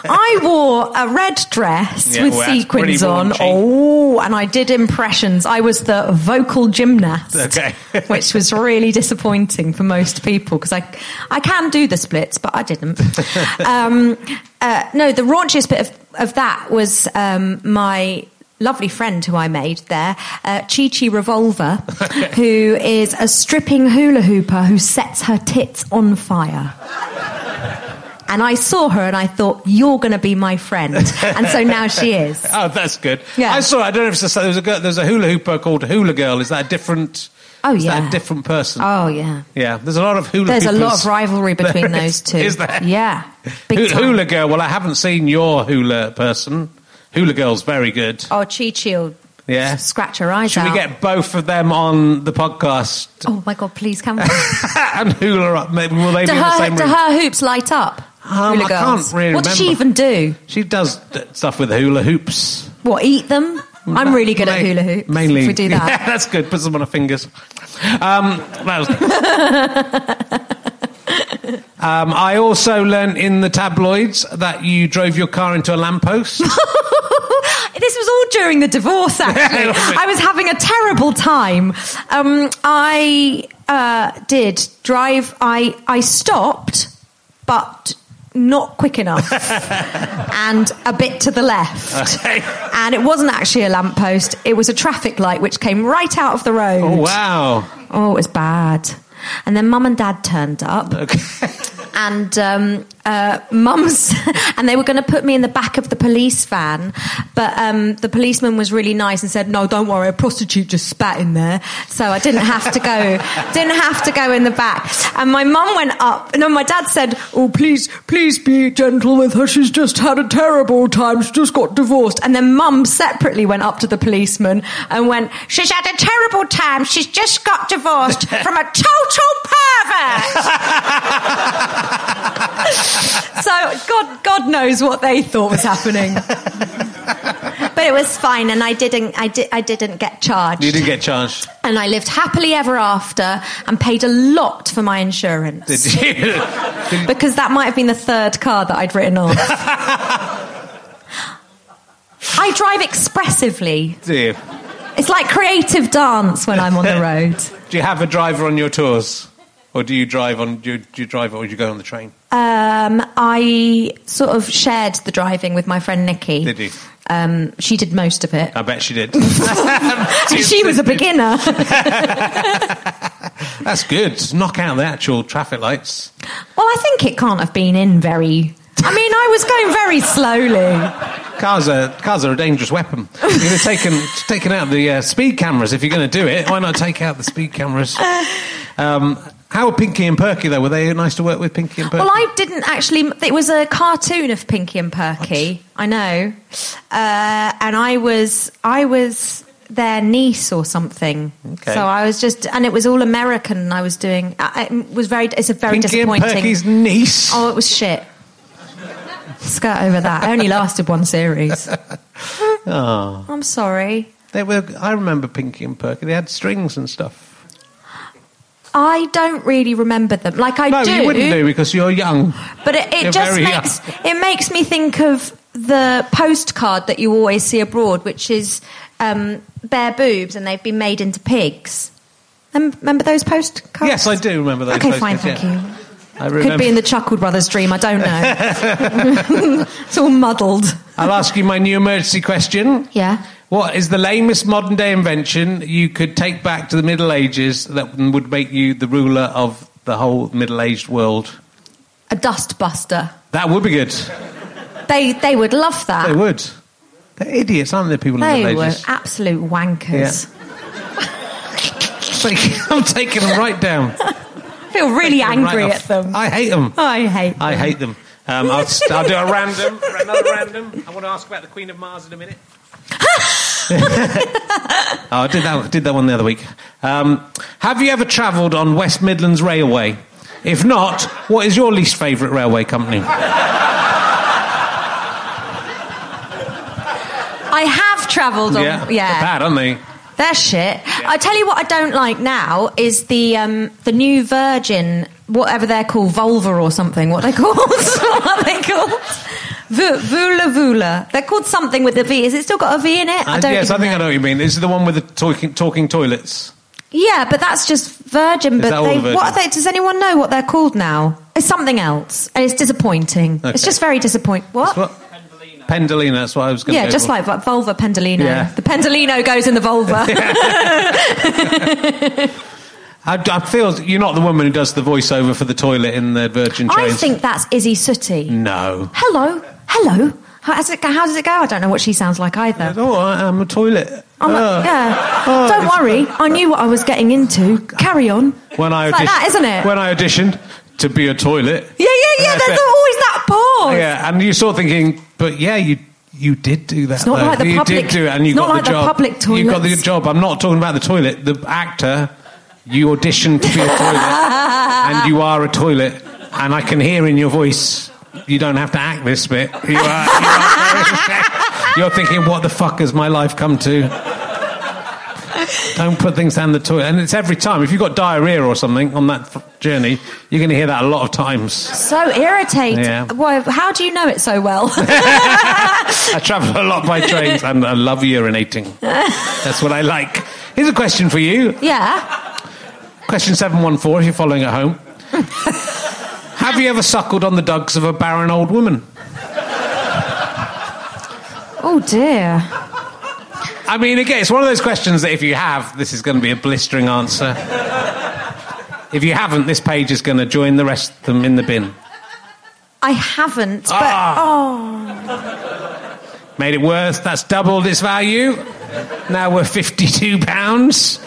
Speaker 4: I wore a red dress
Speaker 1: Yeah,
Speaker 4: with
Speaker 1: well, that's
Speaker 4: sequins
Speaker 1: pretty
Speaker 4: on.
Speaker 1: raunchy.
Speaker 4: Oh, and I did impressions. I was the vocal gymnast,
Speaker 1: Okay.
Speaker 4: which was really disappointing for most people because I, I can do the splits, but I didn't. um, uh, no, the raunchiest bit of, of that was um, my lovely friend who I made there, uh, Chi Chi Revolver, who is a stripping hula hooper who sets her tits on fire. And I saw her and I thought, you're going to be my friend. And so now she is.
Speaker 1: Oh, that's good.
Speaker 4: Yeah.
Speaker 1: I saw. I don't know if it's the same. There's a girl, there's a hula hooper called Hula Girl. Is that a different?
Speaker 4: Oh,
Speaker 1: is that
Speaker 4: yeah.
Speaker 1: a different person?
Speaker 4: Oh, yeah.
Speaker 1: yeah. There's a lot of hula.
Speaker 4: There's a lot
Speaker 1: hoopers.
Speaker 4: of rivalry between
Speaker 1: There
Speaker 4: those
Speaker 1: is-
Speaker 4: two.
Speaker 1: Is there?
Speaker 4: Yeah. Big
Speaker 1: Hu-
Speaker 4: time.
Speaker 1: Hula Girl. Well, I haven't seen your hula person. Hula Girl's very good.
Speaker 4: Oh, Chi Chi will
Speaker 1: Yeah.
Speaker 4: scratch her eyes
Speaker 1: Should
Speaker 4: out.
Speaker 1: we get both of them on the podcast
Speaker 4: oh, my God, please come on.
Speaker 1: and hula up? Maybe will they
Speaker 4: do,
Speaker 1: be in the
Speaker 4: her,
Speaker 1: same
Speaker 4: do
Speaker 1: room?
Speaker 4: her hoops light up?
Speaker 1: Um,
Speaker 4: Hula
Speaker 1: I can't
Speaker 4: girls?
Speaker 1: really
Speaker 4: What does she even
Speaker 1: remember.
Speaker 4: do?
Speaker 1: She does d- stuff with hula hoops.
Speaker 4: What, eat them? I'm really good at
Speaker 1: Ma-
Speaker 4: hula hoops.
Speaker 1: Mainly,
Speaker 4: If we do that.
Speaker 1: Yeah, that's good. Put some on her fingers. Um, that was good. um, I also learned in the tabloids that you drove your car into a lamppost.
Speaker 4: this was all during the divorce
Speaker 1: I
Speaker 4: actually
Speaker 1: love it.
Speaker 4: i was having a terrible time um, i uh, did drive i i stopped but not quick enough and a bit to the left
Speaker 1: Okay.
Speaker 4: and it wasn't actually a lamppost it was a traffic light which came right out of the road
Speaker 1: oh wow!
Speaker 4: oh it was bad and then mum and dad turned up
Speaker 1: Okay.
Speaker 4: and um, uh, mum's and they were going to put me in the back of the police van but um, the policeman was really nice and said no don't worry a prostitute just spat in there so i didn't have to go didn't have to go in the back and my mum went up no my dad said oh please please be gentle with her she's just had a terrible time she's just got divorced and then mum separately went up to the policeman and went she's had a terrible time she's just got divorced from a total pervert so God, God knows what they thought was happening. but it was fine, and I didn't, I, di- I didn't get charged,
Speaker 1: You didn't get charged,
Speaker 4: and I lived happily ever after, and paid a lot for my insurance
Speaker 1: did you? Did-
Speaker 4: because that might have been the third car that I'd written off. I drive expressively.
Speaker 1: do you?
Speaker 4: It's like creative dance when I'm on the road.
Speaker 1: Do you have a driver on your tours, or do you drive on? Do you, do you drive, or do you go on the train?
Speaker 4: Um, I sort of shared the driving with my friend Nikki.
Speaker 1: Did you?
Speaker 4: Um, she did most of it.
Speaker 1: I bet she did.
Speaker 4: And she was a beginner.
Speaker 1: That's good. Knock out the actual traffic lights.
Speaker 4: Well, I think it can't have been in very I mean, I was going very slowly.
Speaker 1: Cars are, cars are a dangerous weapon. You're going to take 'em- taking out the uh, speed cameras if you're going to do it. Why not take out the speed cameras? Um, how were Pinky and Perky, though? Were they nice to work with, Pinky and Perky?
Speaker 4: Well, I didn't actually. It was a cartoon of Pinky and Perky. I know, uh, and I was I was their niece or something.
Speaker 1: Okay.
Speaker 4: So I was just, and it was all American. And I was doing. I, it was very. It's a very
Speaker 1: Pinky and
Speaker 4: disappointing.
Speaker 1: Perky's niece.
Speaker 4: Oh, it was shit. Skirt over that. It only lasted one series.
Speaker 1: Oh.
Speaker 4: I'm sorry.
Speaker 1: They were, I remember Pinky and Perky. They had strings and stuff.
Speaker 4: I don't really remember them. Like I
Speaker 1: no,
Speaker 4: do. Oh.
Speaker 1: you wouldn't do because you're young.
Speaker 4: But it,
Speaker 1: You're
Speaker 4: it just
Speaker 1: very young.
Speaker 4: makes it makes me think of the postcard that you always see abroad, which is um, bare boobs and they've been made into pigs. Um, remember those postcards?
Speaker 1: Yes, I do remember those.
Speaker 4: Okay,
Speaker 1: those
Speaker 4: fine,
Speaker 1: kids,
Speaker 4: thank
Speaker 1: yeah.
Speaker 4: you.
Speaker 1: I remember.
Speaker 4: Could be in the Chuckle Brothers dream. I don't know. it's all muddled.
Speaker 1: I'll ask you my new emergency question.
Speaker 4: Yeah.
Speaker 1: What is the lamest modern day invention you could take back to the Middle Ages that would make you the ruler of the whole middle aged world?
Speaker 4: A dustbuster.
Speaker 1: That would be good.
Speaker 4: They they would love that.
Speaker 1: They would. They're idiots, aren't they, people in the
Speaker 4: Ah. They
Speaker 1: Middle
Speaker 4: were
Speaker 1: Ages?
Speaker 4: absolute wankers.
Speaker 1: Like, I'm taking them right down.
Speaker 4: I feel really
Speaker 1: Taking them right
Speaker 4: angry
Speaker 1: off.
Speaker 4: at them.
Speaker 1: I hate them.
Speaker 4: I hate.
Speaker 1: I
Speaker 4: them.
Speaker 1: hate them. Um, I'll, st- I'll do a random, another random. I want to ask about the Queen of Mars in a minute. oh, I did that, did that one the other week. Um, have you ever travelled on West Midlands Railway? If not, what is your least favourite railway company?
Speaker 4: I have travelled on. Yeah.
Speaker 1: They're bad, aren't they?
Speaker 4: They're shit. I tell you what, I don't like now is the um, the new Virgin, whatever they're called, Volva or something. What are they called? what are they called? V- Vula Vula. They're called something with a V. Is it still got a V in it? I
Speaker 1: Uh,
Speaker 4: don't.
Speaker 1: yes, I
Speaker 4: even
Speaker 1: think I
Speaker 4: know.
Speaker 1: know what you mean. This is the one with the talking, talking toilets.
Speaker 4: Yeah, but that's just Virgin. But
Speaker 1: that all
Speaker 4: they,
Speaker 1: Virgin?
Speaker 4: what are they? Does anyone know what they're called now? It's something else, and it's disappointing. It's
Speaker 1: Okay.
Speaker 4: just very disappointing. What?
Speaker 1: It's What? Pendolino. That's what I was going to
Speaker 4: Oh. yeah, just like Volva Pendolino.
Speaker 1: Yeah.
Speaker 4: The Pendolino goes in the Volva.
Speaker 1: I, I feel you're not the woman who does the voiceover for the toilet in the Virgin
Speaker 4: I
Speaker 1: Trains.
Speaker 4: think that's Izzy Sooty.
Speaker 1: No.
Speaker 4: hello, hello. How does, it go? How does it go? I don't know what she sounds like either.
Speaker 1: Oh, I, am a toilet.
Speaker 4: I'm
Speaker 1: Uh,
Speaker 4: like, yeah.
Speaker 1: uh,
Speaker 4: don't
Speaker 1: it's-
Speaker 4: worry. I knew what I was getting into. Carry on.
Speaker 1: When I
Speaker 4: It's like that,
Speaker 1: auditioned-
Speaker 4: isn't it?
Speaker 1: When I auditioned to be a toilet.
Speaker 4: yeah, yeah, yeah.
Speaker 1: That's
Speaker 4: There's
Speaker 1: it.
Speaker 4: always that pause.
Speaker 1: Yeah, and you sort of thinking, but yeah, you you did do that.
Speaker 4: It's not
Speaker 1: though.
Speaker 4: like the
Speaker 1: you
Speaker 4: public-
Speaker 1: did do it, and you
Speaker 4: it's
Speaker 1: got
Speaker 4: not like
Speaker 1: the
Speaker 4: the
Speaker 1: job.
Speaker 4: public
Speaker 1: You got the
Speaker 4: toilets.
Speaker 1: job. I'm not talking about the toilet. The actor, you auditioned to be a toilet, and you are a toilet, and I can hear in your voice. You don't have to act this bit. You are, you are you're thinking, what the fuck has my life come to? Don't put things down the toilet. And it's every time. If you've got diarrhea or something on that f- journey, you're going to hear that a lot of times.
Speaker 4: So irritating.
Speaker 1: Yeah.
Speaker 4: Why, how do you know it so well?
Speaker 1: I travel a lot by trains and I love urinating. That's what I like. Here's a question for you.
Speaker 4: yeah.
Speaker 1: Question 714, if you're following at home. Have you ever suckled on the dugs of a barren old woman?
Speaker 4: Oh dear.
Speaker 1: I mean, again, it's one of those questions that if you have, this is going to be a blistering answer. If you haven't, this page is going to join the rest of them in the bin.
Speaker 4: I haven't. But
Speaker 1: Ah.
Speaker 4: oh,
Speaker 1: Made it worse, that's doubled its value. Now we're £52.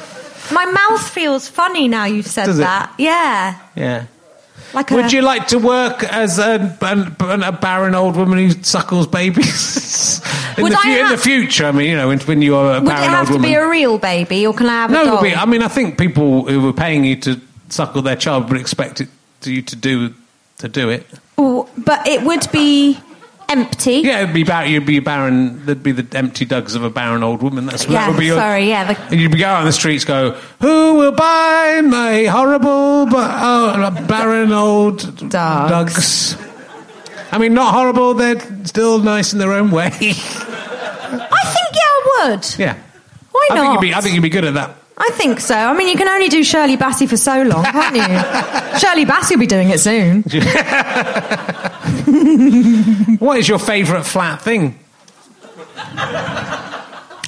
Speaker 4: my mouth feels funny now. You've said
Speaker 1: Does it?
Speaker 4: that. Yeah.
Speaker 1: Yeah.
Speaker 4: Like a,
Speaker 1: Would you like to work as a, an- a barren old woman who suckles babies? in,
Speaker 4: Would
Speaker 1: the
Speaker 4: I
Speaker 1: fu- in
Speaker 4: have-
Speaker 1: the future, I mean, you know, when, when you are a
Speaker 4: Would it
Speaker 1: barren
Speaker 4: have
Speaker 1: old
Speaker 4: to
Speaker 1: woman.
Speaker 4: be a real baby, or can I have a
Speaker 1: no, it
Speaker 4: doll?
Speaker 1: would be. I mean, I think people who were paying you to suckle their child would expect it to you to do to do it.
Speaker 4: Ooh, but it would be empty.
Speaker 1: Yeah, it'd be bar- you'd be barren. There'd be the empty dugs of a barren old woman. That's that
Speaker 4: Yeah,
Speaker 1: would be. Your,
Speaker 4: sorry, yeah, the-
Speaker 1: and you'd be going out on the streets, go, who will buy my horrible bu- oh, barren old
Speaker 4: Dugs.
Speaker 1: dugs? I mean, not horrible. They're still nice in their own way.
Speaker 4: I think yeah, I would.
Speaker 1: yeah.
Speaker 4: Why
Speaker 1: I
Speaker 4: not?
Speaker 1: think, you'd be, I think you'd be good at that.
Speaker 4: I think so. I mean, you can only do Shirley Bassey for so long, can't you? Shirley Bassey will be doing it soon.
Speaker 1: What is your favourite flat thing?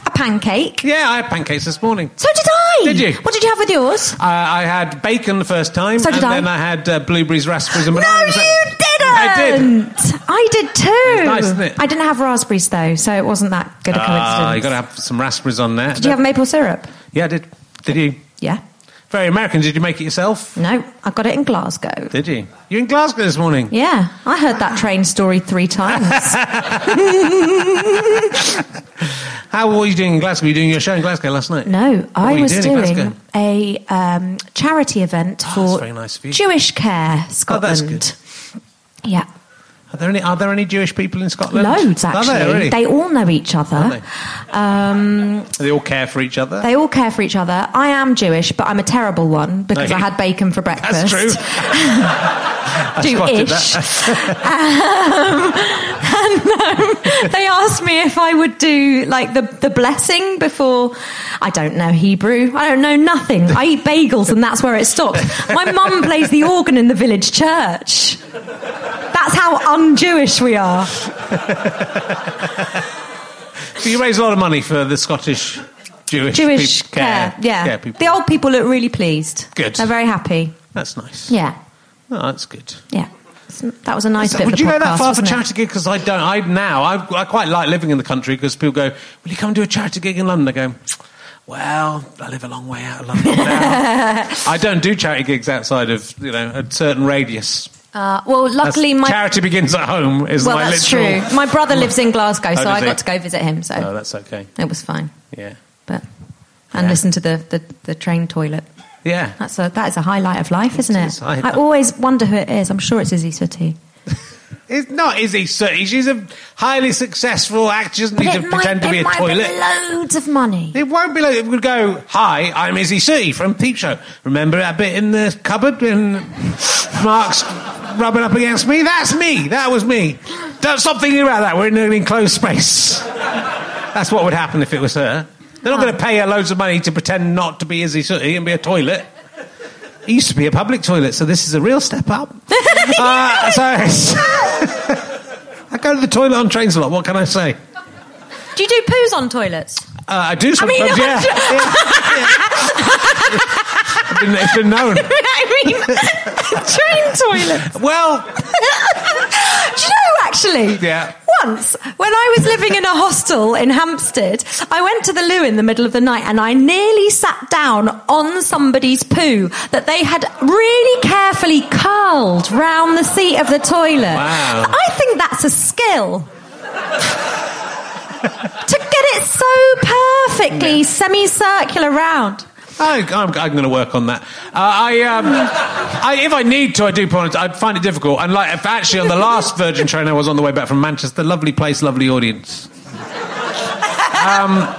Speaker 4: A pancake.
Speaker 1: Yeah, I had pancakes this morning.
Speaker 4: So did I.
Speaker 1: Did you?
Speaker 4: What did you have with yours?
Speaker 1: Uh, I had bacon the first time,
Speaker 4: So
Speaker 1: and
Speaker 4: did I.
Speaker 1: then I had uh, blueberries, raspberries, and
Speaker 4: No,
Speaker 1: bananas.
Speaker 4: you didn't.
Speaker 1: I did.
Speaker 4: I I did too.
Speaker 1: Nice, isn't it?
Speaker 4: I didn't have raspberries though, so it wasn't that good a coincidence.
Speaker 1: Ah, you got to have some raspberries on there.
Speaker 4: Did you have maple syrup?
Speaker 1: Yeah, I did. Did you?
Speaker 4: Yeah.
Speaker 1: Very American. Did you make it yourself?
Speaker 4: No, I got it in Glasgow.
Speaker 1: Did you? You're in Glasgow this morning.
Speaker 4: Yeah, I heard that train story three times.
Speaker 1: How were you doing in Glasgow? Were you doing your show in Glasgow last night?
Speaker 4: No,
Speaker 1: were
Speaker 4: I
Speaker 1: you
Speaker 4: was
Speaker 1: doing in
Speaker 4: doing
Speaker 1: Glasgow? Ah,
Speaker 4: a um, charity event for
Speaker 1: very nice of you. Oh,
Speaker 4: Jewish Care Scotland.
Speaker 1: good.
Speaker 4: Yeah,
Speaker 1: Are there any? Are there any Jewish people in Scotland?
Speaker 4: loads actually.
Speaker 1: Are there really?
Speaker 4: They all know each other. Um,
Speaker 1: They all care for each other.
Speaker 4: they all care for each other. I am Jewish, but I'm a terrible one because
Speaker 1: No,
Speaker 4: I
Speaker 1: you-
Speaker 4: had bacon for
Speaker 1: That's
Speaker 4: breakfast.
Speaker 1: true. I spotted
Speaker 4: Jewish. Um,
Speaker 1: that.
Speaker 4: they asked me if I would do like the, the blessing before. I don't know Hebrew. I don't know nothing. I eat bagels and that's where it stops. My mum plays the organ in the village church. That's how un Jewish we are.
Speaker 1: So you raise a lot of money for the Scottish Jewish
Speaker 4: Jewish
Speaker 1: peop-
Speaker 4: care. Yeah.
Speaker 1: care people.
Speaker 4: The old people look really pleased.
Speaker 1: Good.
Speaker 4: They're very happy.
Speaker 1: That's nice.
Speaker 4: Yeah.
Speaker 1: Oh, that's good.
Speaker 4: Yeah. So That was a nice
Speaker 1: So
Speaker 4: bit. of
Speaker 1: would
Speaker 4: the
Speaker 1: you go
Speaker 4: podcast,
Speaker 1: that far for
Speaker 4: wasn't it?
Speaker 1: charity gig? Because I don't. I now I, I quite like living in the country because people go, "Will you come and do a charity gig in London?" I go, "Well, I live a long way out of London now." I don't do charity gigs outside of you know a certain radius.
Speaker 4: Uh, well,
Speaker 1: That's-
Speaker 4: luckily, my
Speaker 1: charity begins at home. Is
Speaker 4: well,
Speaker 1: my
Speaker 4: that's
Speaker 1: literal. Oh,
Speaker 4: true. My brother lives in Glasgow, so
Speaker 1: does
Speaker 4: I
Speaker 1: he?
Speaker 4: got to go visit him. So
Speaker 1: Oh, that's okay.
Speaker 4: it was fine.
Speaker 1: Yeah,
Speaker 4: but and
Speaker 1: Yeah.
Speaker 4: listen to the, the, the train toilet.
Speaker 1: yeah.
Speaker 4: That's a that is a highlight of life, isn't
Speaker 1: It
Speaker 4: it?
Speaker 1: is. I-
Speaker 4: I always wonder who it is. I'm sure it's Izzy Sooty.
Speaker 1: It's not Izzy Sooty. She's a highly successful actror. She doesn't need
Speaker 5: But
Speaker 1: to
Speaker 5: it might,
Speaker 1: pretend to be
Speaker 5: it
Speaker 1: a
Speaker 5: might
Speaker 1: toilet.
Speaker 5: be loads of money.
Speaker 1: It won't be like it would go, Hi, I'm Izzy C from Peep Show. Remember that bit in the cupboard when Mark's rubbing up against me? That's me. That was me. Don't stop thinking about that. We're in an enclosed space. That's what would happen if it was her. They're not going to pay her loads of money to pretend not to be Izzy Sooty and be a toilet. It used to be a public toilet, so this is a real step up. uh, so it's- I go to the toilet on trains a lot. What can I say?
Speaker 4: Do you do poos on toilets?
Speaker 1: Uh, I do sometimes.
Speaker 4: mean,
Speaker 1: yeah.
Speaker 4: I'm
Speaker 1: yeah, yeah. I didn't, it's been known.
Speaker 4: I mean, train toilets.
Speaker 1: Well,
Speaker 4: Do you know actually?
Speaker 1: Yeah.
Speaker 4: Once, when I was living in a hostel in Hampstead, I went to the loo in the middle of the night and I nearly sat down on somebody's poo that they had really carefully curled round the seat of the toilet.
Speaker 1: Wow.
Speaker 4: I think that's a skill. to get it so perfectly semicircular round.
Speaker 1: I, I'm, I'm going to work on that. Uh, I, um, I, if I need to, I do. point- I find it difficult. And like, if actually, on the last Virgin train I was on the way back from Manchester, lovely place, lovely audience. Um,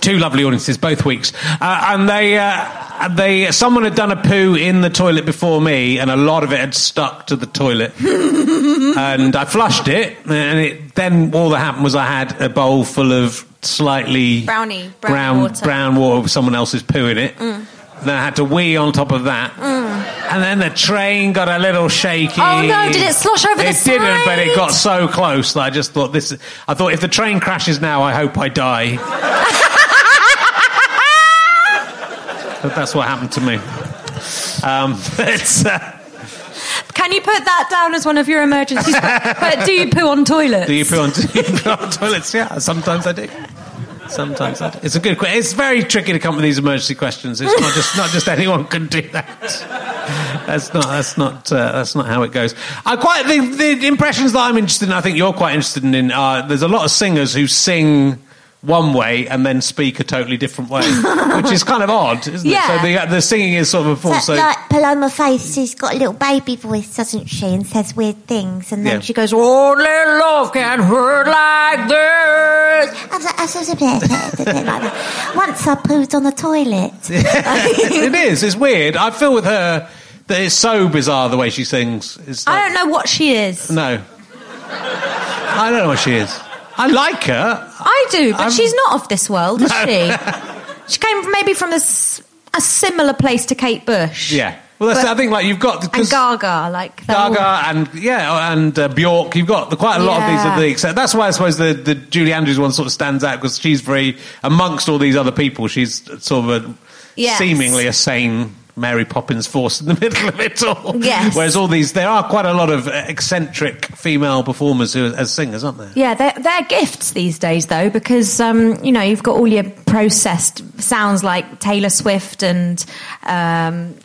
Speaker 1: two lovely audiences both weeks, uh, and they. Uh, they someone had done a poo in the toilet before me, and a lot of it had stuck to the toilet. and I flushed it, and it, then all that happened was I had a bowl full of slightly
Speaker 4: Brownie, brown
Speaker 1: brown
Speaker 4: water. Mm.
Speaker 1: brown water with someone else's poo in it. Then I had to wee on top of that, and then the train got a little shaky.
Speaker 4: Oh, no, did it slosh over the
Speaker 1: It didn't, but it
Speaker 4: side?
Speaker 1: got so close that I just thought this. is- I thought if the train crashes now, I hope I die. but that's what happened to me. Um, it's, uh,
Speaker 4: Can you put that down as one of your emergencies? but do you poo on toilets?
Speaker 1: Do you poo on, do you poo on toilets? Yeah, sometimes I do. Sometimes I do. It's a good question. It's very tricky to come with these emergency questions. It's not just not just anyone can do that. That's not that's not uh, that's not how it goes. I quite the, the impressions that I'm interested in. I think you're quite interested in. Are, there's a lot of singers who sing one way and then speak a totally different way, which is kind of odd, isn't
Speaker 4: Yeah.
Speaker 1: it? So the, the singing is sort of a form.
Speaker 5: But
Speaker 1: So
Speaker 5: like Paloma Faith, she's got a little baby voice, doesn't she? And says weird things. And then
Speaker 1: Yeah.
Speaker 5: she goes, Only love can hurt like this. I was like, I was a bit, a bit like that. Once I pooed on the toilet.
Speaker 1: it is. It's weird. I feel with her that it's so bizarre the way she sings. It's like-
Speaker 4: I don't know what she is.
Speaker 1: No. I don't know what she is. I like her.
Speaker 4: I do, but
Speaker 1: I'm-
Speaker 4: she's not of this world, is
Speaker 1: No.
Speaker 4: she? she came from maybe from a, s- a similar place to Kate Bush.
Speaker 1: Yeah. Well, that's,
Speaker 4: But-
Speaker 1: I think like you've got
Speaker 4: And
Speaker 1: 'cause
Speaker 4: Gaga, like they're all-
Speaker 1: Gaga and yeah, and uh, Bjork. You've got the, quite a lot of these
Speaker 4: Yeah.
Speaker 1: are the except. That's why I suppose the, the Julie Andrews one sort of stands out because she's very amongst all these other people. She's sort of a,
Speaker 4: Yes.
Speaker 1: seemingly a sane Mary Poppins force in the middle of it all.
Speaker 4: Yes.
Speaker 1: Whereas all these, there are quite a lot of uh, eccentric female performers who, as singers, aren't there?
Speaker 4: Yeah, they're, they're gifts these days, though, because um, you know you've got all your processed sounds like Taylor Swift and um,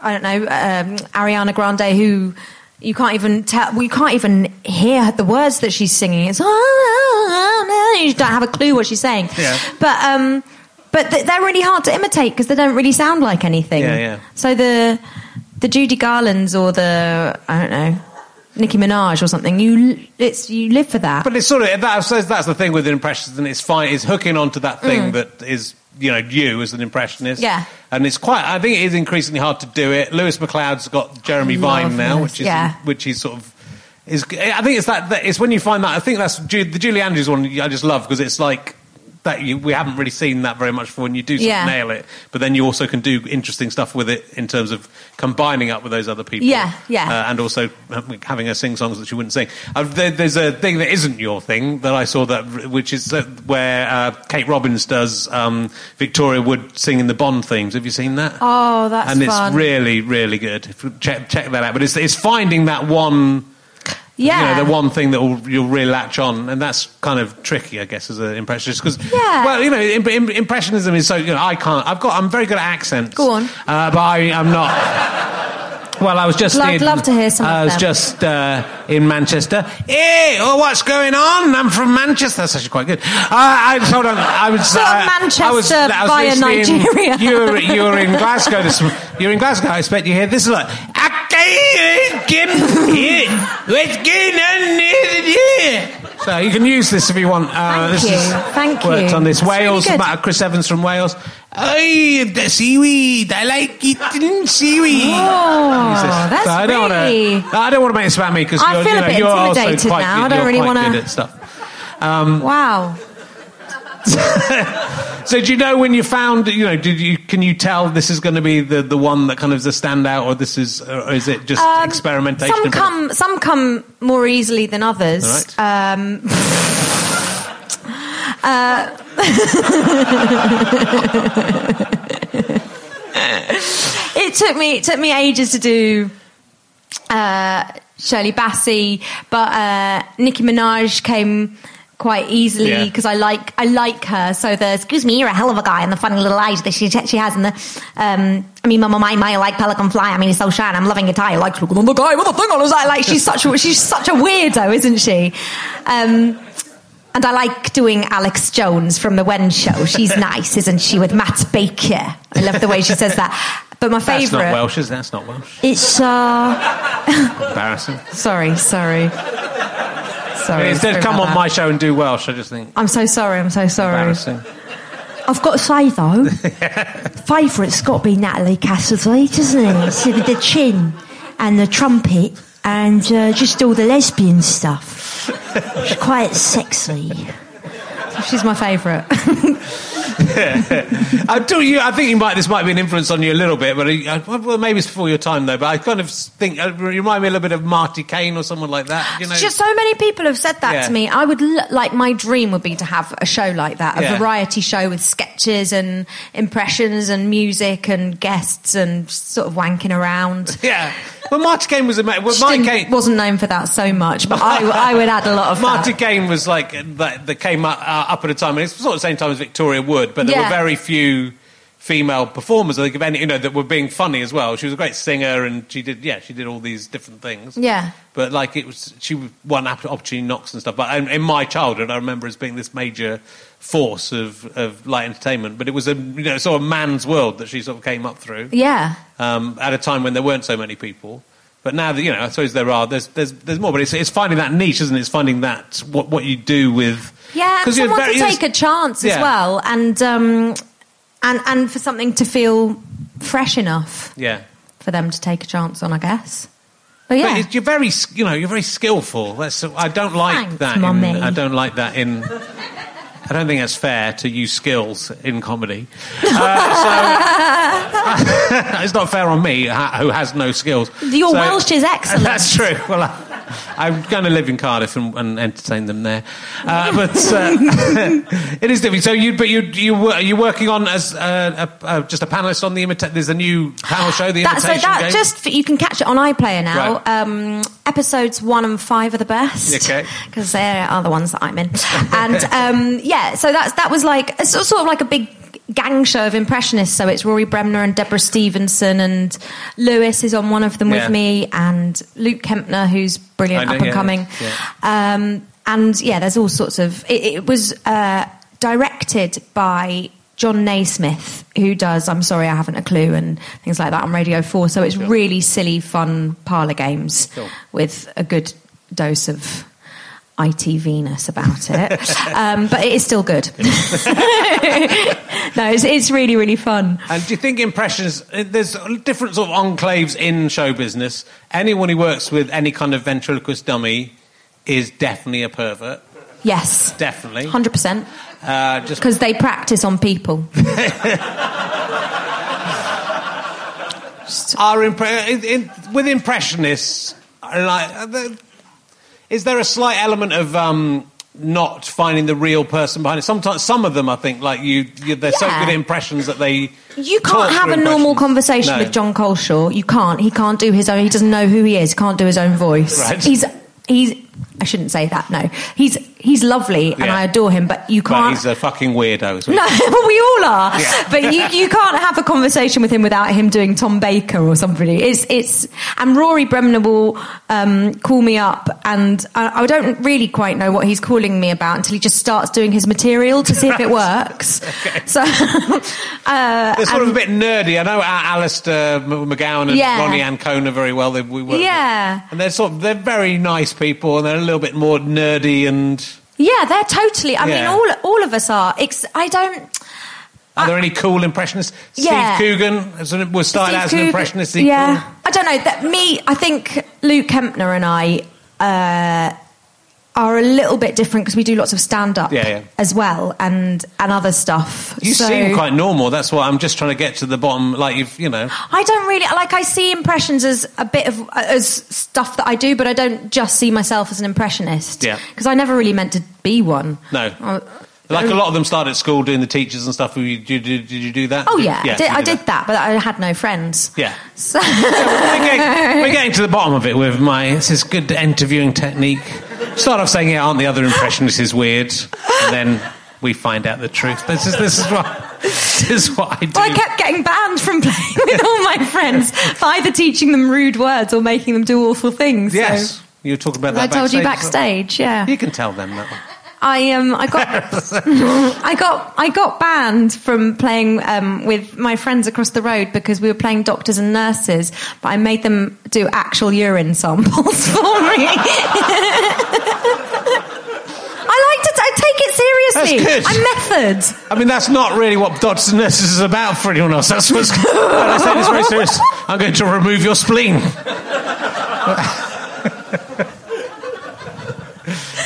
Speaker 4: I don't know um, Ariana Grande, who you can't even tell, we can't even hear the words that she's singing. It's "Ah, you don't have a clue what she's saying.
Speaker 1: Yeah.
Speaker 4: But um, but th- they're really hard to imitate because they don't really sound like anything.
Speaker 1: Yeah, yeah.
Speaker 4: So the the Judy Garland's or the I don't know. Nicki Minaj or something. You, it's you live for that.
Speaker 1: But it's sort of that, I suppose that's the thing with impressions, and it's fine. It's hooking onto that thing that is you know you as an impressionist.
Speaker 4: Mm. Yeah.
Speaker 1: and it's quite. I think it is increasingly hard to do it. Lewis McLeod's got Jeremy
Speaker 4: Love
Speaker 1: Vine now,
Speaker 4: Lewis,
Speaker 1: which is
Speaker 4: yeah.
Speaker 1: which is sort of. Is, I think it's that, that it's when you find that I think that's Ju- the Julie Andrews one I just love because it's like that you, we haven't really seen that very much for when you do sort
Speaker 4: Yeah.
Speaker 1: of nail it but then you also can do interesting stuff with it in terms of combining up with those other people
Speaker 4: Yeah, yeah.
Speaker 1: Uh, and also having her sing songs that she wouldn't sing. Uh, there, there's a thing that isn't your thing that I saw that which is uh, where uh, Kate Robbins does um, Victoria Wood singing the Bond themes. Have you seen that?
Speaker 4: Oh, that's
Speaker 1: and it's
Speaker 4: fun.
Speaker 1: really really good. If you Check check that out. But it's it's finding that one.
Speaker 4: yeah,
Speaker 1: You know, the one thing that will, you'll really latch on, and that's kind of tricky, I guess, as an impressionist. Because,
Speaker 4: Yeah.
Speaker 1: well, you know, imp- imp- impressionism is so. You know, I can't. I've got. I'm very good at accents.
Speaker 4: Go on.
Speaker 1: Uh, but I, I'm not. Well, I was just.
Speaker 4: I'd
Speaker 1: in-
Speaker 4: love to hear some of
Speaker 1: I was
Speaker 4: them.
Speaker 1: just uh, in Manchester. Hey, oh, what's going on? I'm from Manchester. That's actually quite good. Uh, I hold on. I was
Speaker 4: From
Speaker 1: I was,
Speaker 4: Manchester
Speaker 1: I was
Speaker 4: via
Speaker 1: literally in-
Speaker 4: Nigeria.
Speaker 1: you were you were in Glasgow this. You're in Glasgow. I expect you hear this a lot. Okay, get here. What's going on here? So you can use this if you want. Uh,
Speaker 4: Thank
Speaker 1: this
Speaker 4: you.
Speaker 1: Is
Speaker 4: Thank
Speaker 1: worked
Speaker 4: you.
Speaker 1: on this.
Speaker 4: That's really
Speaker 1: Wales,
Speaker 4: good.
Speaker 1: about Chris Evans from Wales. Oh, the seaweed. I like eating seaweed.
Speaker 4: Oh,
Speaker 1: Use this.
Speaker 4: that's
Speaker 1: I don't
Speaker 4: really-
Speaker 1: Wanna, I don't want to make it about me because
Speaker 4: I
Speaker 1: you're,
Speaker 4: feel
Speaker 1: you
Speaker 4: a
Speaker 1: know,
Speaker 4: bit
Speaker 1: you're also
Speaker 4: intimidated
Speaker 1: quite
Speaker 4: now.
Speaker 1: Good,
Speaker 4: I don't
Speaker 1: you're
Speaker 4: really
Speaker 1: quite
Speaker 4: wanna-
Speaker 1: good at stuff.
Speaker 4: wow.
Speaker 1: So do you know when you found? You know, did you? Can you tell this is going to be the, the one that kind of is the standout, or this is, or is it just
Speaker 4: Um,
Speaker 1: experimentation?
Speaker 4: Some come, some come more easily than others.
Speaker 1: Right.
Speaker 4: Um, uh, it took me it took me ages to do uh, Shirley Bassey, but uh, Nicki Minaj came quite easily
Speaker 1: Yeah.
Speaker 4: because I like I like her. So the excuse me, you're a hell of a guy, and the funny little eyes that she she has, and the um, I mean, mama, my my, I like pelican fly. I mean, he's so shy, and I'm loving your tie. I like looking on the guy with a thing on his eye. Like she's such a, she's such a weirdo, isn't she? Um, and I like doing Alex Jones from the Wen Show. She's nice, isn't she? With Matt Baker, I love the way she says that. But my
Speaker 1: That's
Speaker 4: favourite,
Speaker 1: not Welsh, is it? That's not Welsh.
Speaker 4: it's uh.
Speaker 1: Embarrassing.
Speaker 4: Sorry, sorry. Sorry.
Speaker 1: Instead,
Speaker 4: sorry
Speaker 1: come
Speaker 4: about
Speaker 1: on
Speaker 4: that.
Speaker 1: my show and do Welsh. I just think
Speaker 4: I'm so sorry, I'm so sorry.
Speaker 1: embarrassing.
Speaker 5: I've got to say though, favourite's got to be Natalie Cassidy, doesn't it? So with the chin and the trumpet and uh, just all the lesbian stuff. She's quite sexy.
Speaker 4: She's my favourite.
Speaker 1: I do. You, I think you might. This might be an influence on you a little bit, but uh, well, maybe it's before your time though. But I kind of think uh, you remind me a little bit of Marty Kane or someone like that. You know,
Speaker 4: Just so many people have said that
Speaker 1: Yeah.
Speaker 4: to me. I would l- like my dream would be to have a show like that, a
Speaker 1: Yeah.
Speaker 4: variety show with sketches and impressions and music and guests and sort of wanking around.
Speaker 1: yeah. Well, Marty Kane was amazing. Well,
Speaker 4: Just
Speaker 1: Marty
Speaker 4: didn't-
Speaker 1: Kane.
Speaker 4: wasn't known for that so much, but I, I would add a lot of that.
Speaker 1: Marty Kane was like uh, that. That came up, uh, up at a time, and it's sort of the same time as Victoria Wood, but there
Speaker 4: Yeah.
Speaker 1: were very few female performers. I think of any, you know, that were being funny as well. She was a great singer, and she did, yeah, she did all these different things.
Speaker 4: Yeah.
Speaker 1: but like it was, she won app- opportunity knocks and stuff. But in, in my childhood, I remember as being this major force of, of light entertainment. But it was a you know sort of man's world that she sort of came up through
Speaker 4: Yeah.
Speaker 1: um, at a time when there weren't so many people. But now that you know, I suppose there are. There's there's there's more, but it's it's finding that niche, isn't it? It's finding that what what you do with
Speaker 4: Yeah, and
Speaker 1: you're
Speaker 4: someone
Speaker 1: very-
Speaker 4: to take a chance as
Speaker 1: Yeah.
Speaker 4: well, and um, and and for something to feel fresh enough
Speaker 1: Yeah.
Speaker 4: for them to take a chance on, I guess.
Speaker 1: But
Speaker 4: But Oh, yeah,
Speaker 1: it's- you're very, s- you know, you're very skillful. That's, I don't like
Speaker 4: Thanks,
Speaker 1: that. in-
Speaker 4: Mummy.
Speaker 1: I don't like that in. I don't think that's fair to use skills in comedy. Uh, so, it's not fair on me ha- who has no skills.
Speaker 4: Your Welsh is excellent.
Speaker 1: That's true. Well, I, I'm going to live in Cardiff and, and entertain them there. Uh, but uh, it is different. So you, but you, you, were- are you working on as uh, a, a, just a panelist on the imita- There's a new panel show, the
Speaker 4: That, so
Speaker 1: imitation
Speaker 4: that
Speaker 1: game.
Speaker 4: just for, you can catch it on iPlayer now.
Speaker 1: Right.
Speaker 4: Um, episodes one and five are the best
Speaker 1: Okay.
Speaker 4: because they are the ones that I'm in. and um, yeah, so that's that was like it's sort of like a big gang show of impressionists. So it's Rory Bremner and Deborah Stevenson and Lewis is on one of them
Speaker 1: Yeah.
Speaker 4: with me and Luke Kempner who's brilliant,
Speaker 1: I know,
Speaker 4: up and
Speaker 1: yeah,
Speaker 4: coming.
Speaker 1: yeah.
Speaker 4: Um, and yeah, there's all sorts of. It, it was uh, directed by John Naismith, who does I'm Sorry I Haven't a Clue and things like that on Radio 4. So it's really silly, fun parlour games
Speaker 1: Cool.
Speaker 4: with a good dose of ITV-ness about it. um, but it is still good. no, it's, it's really, really fun.
Speaker 1: And do you think impressions? uh, There's different sort of enclaves in show business. Anyone who works with any kind of ventriloquist dummy is definitely a pervert.
Speaker 4: Yes.
Speaker 1: Definitely.
Speaker 4: 100%.
Speaker 1: Uh, just
Speaker 4: Because they practice on people.
Speaker 1: are impre- in, in, with impressionists are like are there- is there a slight element of um, not finding the real person behind it sometimes some of them i think like you, you they're so
Speaker 4: Yeah.
Speaker 1: good at impressions that they
Speaker 4: You
Speaker 1: talk
Speaker 4: can't have
Speaker 1: through
Speaker 4: a normal
Speaker 1: impressions.
Speaker 4: conversation
Speaker 1: No.
Speaker 4: with John Coleshaw. You can't. He can't do his own. He doesn't know who he is. Can't do his own voice.
Speaker 1: Right.
Speaker 4: He's he's. I shouldn't say that. No, he's he's lovely and
Speaker 1: Yeah.
Speaker 4: I adore him. But you
Speaker 1: but
Speaker 4: can't.
Speaker 1: he's a fucking weirdo is what
Speaker 4: no, well, we all are.
Speaker 1: Yeah.
Speaker 4: But you, you can't have a conversation with him without him doing Tom Baker or somebody. It's it's and Rory Bremner will um, call me up, and I, I don't really quite know what he's calling me about until he just starts doing his material to see if it works. So uh,
Speaker 1: They're sort of a bit nerdy. I know Al- Alistair M- McGowan and
Speaker 4: Yeah.
Speaker 1: Ronnie Ancona very well. They, we work with.
Speaker 4: Yeah.
Speaker 1: and they're sort of they're very nice people, and they're a little bit more nerdy. And
Speaker 4: Yeah, they're totally. I mean,
Speaker 1: Yeah.
Speaker 4: all all of us are. Ex- I don't.
Speaker 1: are there any cool impressionists?
Speaker 4: Ah. Yeah.
Speaker 1: Steve Coogan was an- Oh, was started
Speaker 4: Steve
Speaker 1: as
Speaker 4: Coogan-
Speaker 1: an impressionist. Is he
Speaker 4: Yeah,
Speaker 1: cool?
Speaker 4: I don't know. That me, I think Luke Kempner and I uh, are a little bit different because we do lots of stand up
Speaker 1: Yeah, yeah.
Speaker 4: as well and and other stuff.
Speaker 1: You
Speaker 4: So-
Speaker 1: seem quite normal. That's why I'm just trying to get to the bottom. Like you've, you know,
Speaker 4: I don't really like. I see impressions as a bit of as stuff that I do, but I don't just see myself as an impressionist.
Speaker 1: Yeah.
Speaker 4: because I never really meant to be one.
Speaker 1: no.
Speaker 4: Uh,
Speaker 1: like a lot of them start at school doing the teachers and stuff. Were you- Did you, did you do that?
Speaker 4: Oh yeah, I did,
Speaker 1: you
Speaker 4: I did that. but I had no friends.
Speaker 1: Yeah.
Speaker 4: So-
Speaker 1: We're getting, we're getting to the bottom of it with my. This is good interviewing technique. Start off saying, "Yeah, aren't the other impressionists is weird?" And then we find out the truth. This is this is what this is what I do.
Speaker 4: Well, I kept getting banned from playing with all my friends for either teaching them rude words or making them do awful things.
Speaker 1: yes,
Speaker 4: So
Speaker 1: you were talking about
Speaker 4: I
Speaker 1: that.
Speaker 4: told you
Speaker 1: as well.
Speaker 4: backstage, yeah.
Speaker 1: You can tell them that. One.
Speaker 4: I um, I got, I got, I got banned from playing um, with my friends across the road because we were playing doctors and nurses, but I made them do actual urine samples for me. I like to, I take it seriously.
Speaker 1: That's good.
Speaker 4: I'm method.
Speaker 1: I mean, that's not really what Dodds and Nurses is about for anyone else. That's what's. Well, I say this very serious. I'm going to remove your spleen.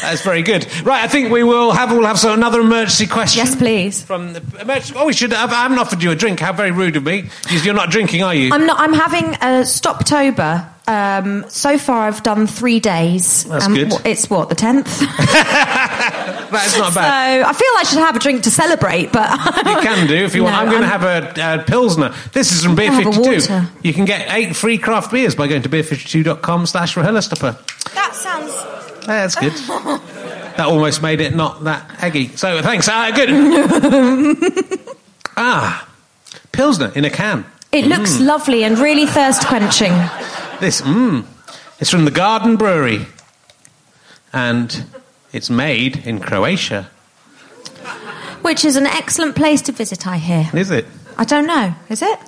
Speaker 1: that's very good. Right, I think we will have all have so another emergency question.
Speaker 4: Yes, please.
Speaker 1: From the emergency. Oh, we should. Have, I haven't offered you a drink. How very rude of me. Because You're not drinking, are you?
Speaker 4: I'm not. I'm having a Stoptober. Um, so far, I've done three days.
Speaker 1: That's
Speaker 4: Um,
Speaker 1: good.
Speaker 4: wh- It's what the tenth.
Speaker 1: that is not
Speaker 4: So
Speaker 1: bad.
Speaker 4: I feel I should have a drink to celebrate, but
Speaker 1: You can do if you want.
Speaker 4: No,
Speaker 1: I'm going to
Speaker 4: I'm-
Speaker 1: have a, a pilsner. This is from Beer
Speaker 4: I'll have a
Speaker 1: 52.
Speaker 4: water.
Speaker 1: You can get eight free craft beers by going to beer52.com slash Rahulastapa.
Speaker 4: that sounds.
Speaker 1: Yeah, That's good. that almost made it not that eggy. So thanks. Ah, good. ah, Pilsner in a can.
Speaker 4: It looks
Speaker 1: Mm.
Speaker 4: lovely and really thirst quenching.
Speaker 1: This, mmm, it's from the Garden Brewery. And it's made in Croatia,
Speaker 4: Which is an excellent place to visit, I hear.
Speaker 1: is it?
Speaker 4: I don't know, is it?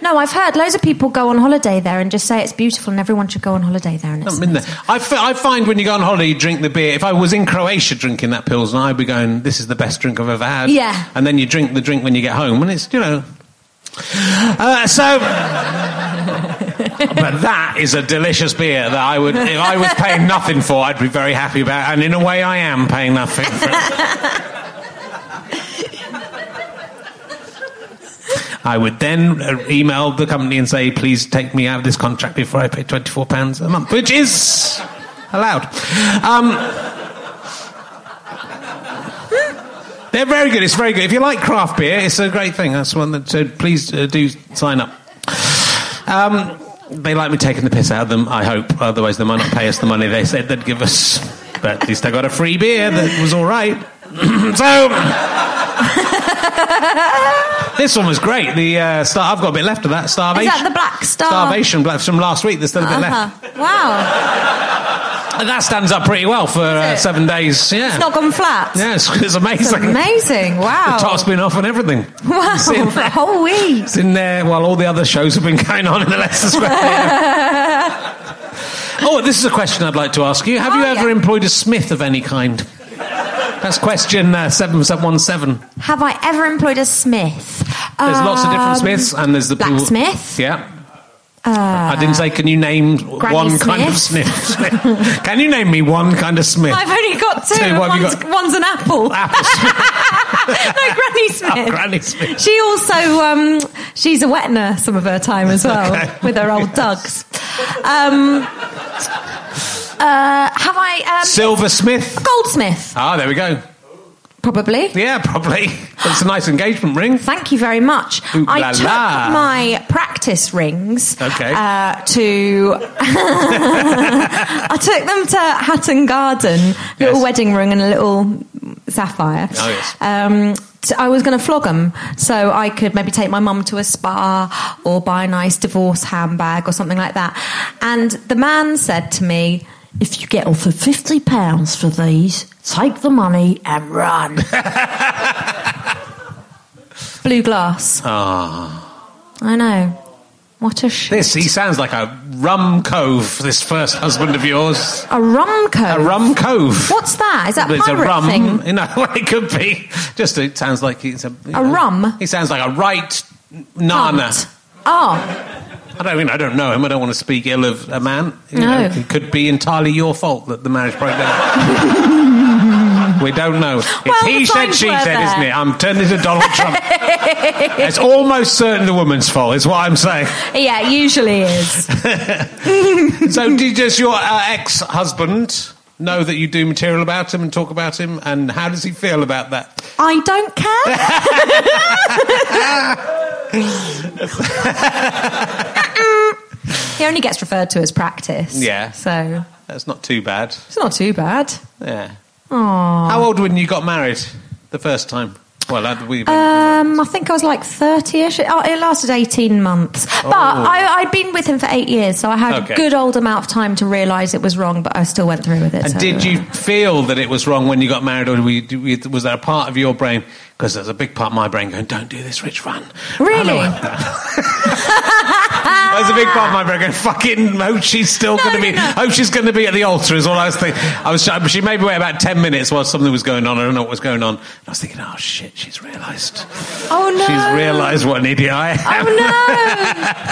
Speaker 4: No, I've heard loads of people go on holiday there and just say it's beautiful and everyone should go on holiday there. And it's
Speaker 1: I've been there. I, f- I find when you go on holiday, you drink the beer. If I was in Croatia drinking that Pilsner, I'd be going, this is the best drink I've ever had.
Speaker 4: Yeah.
Speaker 1: And then you drink the drink when you get home, and it's, you know. Uh, so. but that is a delicious beer that I would, if I was paying nothing for, I'd be very happy about. And in a way, I am paying nothing for it. I would then uh, email the company and say, please take me out of this contract before I pay £24 a month, which is allowed. Um, they're very good. It's very good. If you like craft beer, it's a great thing. That's one that. So please uh, do sign up. Um, they like me taking the piss out of them. I hope. Otherwise, they might not pay us the money they said they'd give us. But at least I got a free beer that was all right. so this one was great. The uh, star. I've got a bit left of that starvation.
Speaker 4: Is that the Black Star?
Speaker 1: Starvation black from last week. There's still a bit left.
Speaker 4: Uh-huh. Wow.
Speaker 1: And that stands up pretty well for uh,
Speaker 4: it?
Speaker 1: seven days. Yeah.
Speaker 4: It's not gone flat.
Speaker 1: Yeah, it's, it's
Speaker 4: It's
Speaker 1: amazing.
Speaker 4: amazing. Wow.
Speaker 1: The top's been off and everything.
Speaker 4: Oh. Wow.
Speaker 1: It's in,
Speaker 4: For a whole week.
Speaker 1: it's in there while all the other shows have been going on in the Leicester Square. Theatre. oh, this is a question I'd like to ask you. Have you
Speaker 4: Oh, yeah.
Speaker 1: ever employed a smith of any kind? That's question uh, 7717.
Speaker 4: Have I ever employed a smith?
Speaker 1: There's lots of different
Speaker 4: Um,
Speaker 1: smiths, and there's the people-
Speaker 4: blacksmith.
Speaker 1: Yeah. I didn't say, can you name
Speaker 4: Uh, Granny
Speaker 1: one kind of smith?
Speaker 4: Smith.
Speaker 1: can you name me one kind of smith?
Speaker 4: I've only got two.
Speaker 1: Tell you
Speaker 4: and
Speaker 1: what, have you
Speaker 4: one's,
Speaker 1: got-
Speaker 4: one's an apple.
Speaker 1: Apple smith.
Speaker 4: no, Granny Smith.
Speaker 1: Oh, Granny Smith.
Speaker 4: She also um, she's a wet nurse some of her time as well
Speaker 1: Okay.
Speaker 4: with her old dogs. Um, uh, have I um,
Speaker 1: Silversmith.
Speaker 4: goldsmith
Speaker 1: Ah, there we go.
Speaker 4: probably?
Speaker 1: Yeah, probably. That's a nice engagement ring.
Speaker 4: Thank you very much.
Speaker 1: Ooh
Speaker 4: I
Speaker 1: la
Speaker 4: took
Speaker 1: la.
Speaker 4: my practice rings
Speaker 1: Okay.
Speaker 4: uh, to. I took them to Hatton Garden, little
Speaker 1: Yes.
Speaker 4: wedding ring and a little sapphire.
Speaker 1: Oh, yes.
Speaker 4: Um, t- I was going to flog them, so I could maybe take my mum to a spa or buy a nice divorce handbag or something like that. And the man said to me,
Speaker 5: If you get offered fifty pounds for these, take the money and run.
Speaker 4: "Blue glass."
Speaker 1: Ah,
Speaker 4: I know. What a shit.
Speaker 1: this he sounds like a rum cove. This first husband of yours,
Speaker 4: A rum
Speaker 1: a
Speaker 4: coat.
Speaker 1: rum cove.
Speaker 4: What's that? Is that
Speaker 1: It's a
Speaker 4: pirate
Speaker 1: rum.
Speaker 4: thing?
Speaker 1: You know, well, it could be. Just it sounds like it's a you know,
Speaker 4: rum?
Speaker 1: He sounds like a right nana.
Speaker 4: Cunt. Oh,
Speaker 1: I don't. mean, I don't know him. I don't want to speak ill of a man. You
Speaker 4: No.
Speaker 1: know, it could be entirely your fault that the marriage broke down. We don't know. It's
Speaker 4: Well,
Speaker 1: he
Speaker 4: the
Speaker 1: said,
Speaker 4: signs
Speaker 1: she
Speaker 4: were
Speaker 1: said,
Speaker 4: there.
Speaker 1: isn't it? I'm turning to Donald Trump. it's almost certain the woman's fault, is what I'm saying.
Speaker 4: yeah, it usually is.
Speaker 1: So, did, does your uh, ex-husband know that you do material about him and talk about him? And how does he feel about that?
Speaker 4: I don't care. he only gets referred to as practice.
Speaker 1: Yeah.
Speaker 4: So
Speaker 1: That's not too bad.
Speaker 4: it's not too bad.
Speaker 1: Yeah. How old when you got married the first time? Well, that we.
Speaker 4: Um, I think I was like 30 ish. It it lasted 18 months. But I, I'd been with him for eight years, so I had
Speaker 1: Oh. Okay.
Speaker 4: a good old amount of time to realise it was wrong, but I still went through with it.
Speaker 1: and
Speaker 4: so,
Speaker 1: did
Speaker 4: uh,
Speaker 1: you feel that it was wrong when you got married, or were you, were you- was there a part of your brain? Because there's a big part of my brain going, "Don't do this, Rich, run." Run
Speaker 4: Really?
Speaker 1: away." there's a big part of my brain going, "Fucking, hope she's still going to be, hope she's going to be at the altar." Is all I was thinking. I was, she made me wait about ten minutes while something was going on. I don't know what was going on. I was thinking, "Oh shit, she's realised.
Speaker 4: Oh, no.
Speaker 1: She's realised what an idiot I am."
Speaker 4: Oh,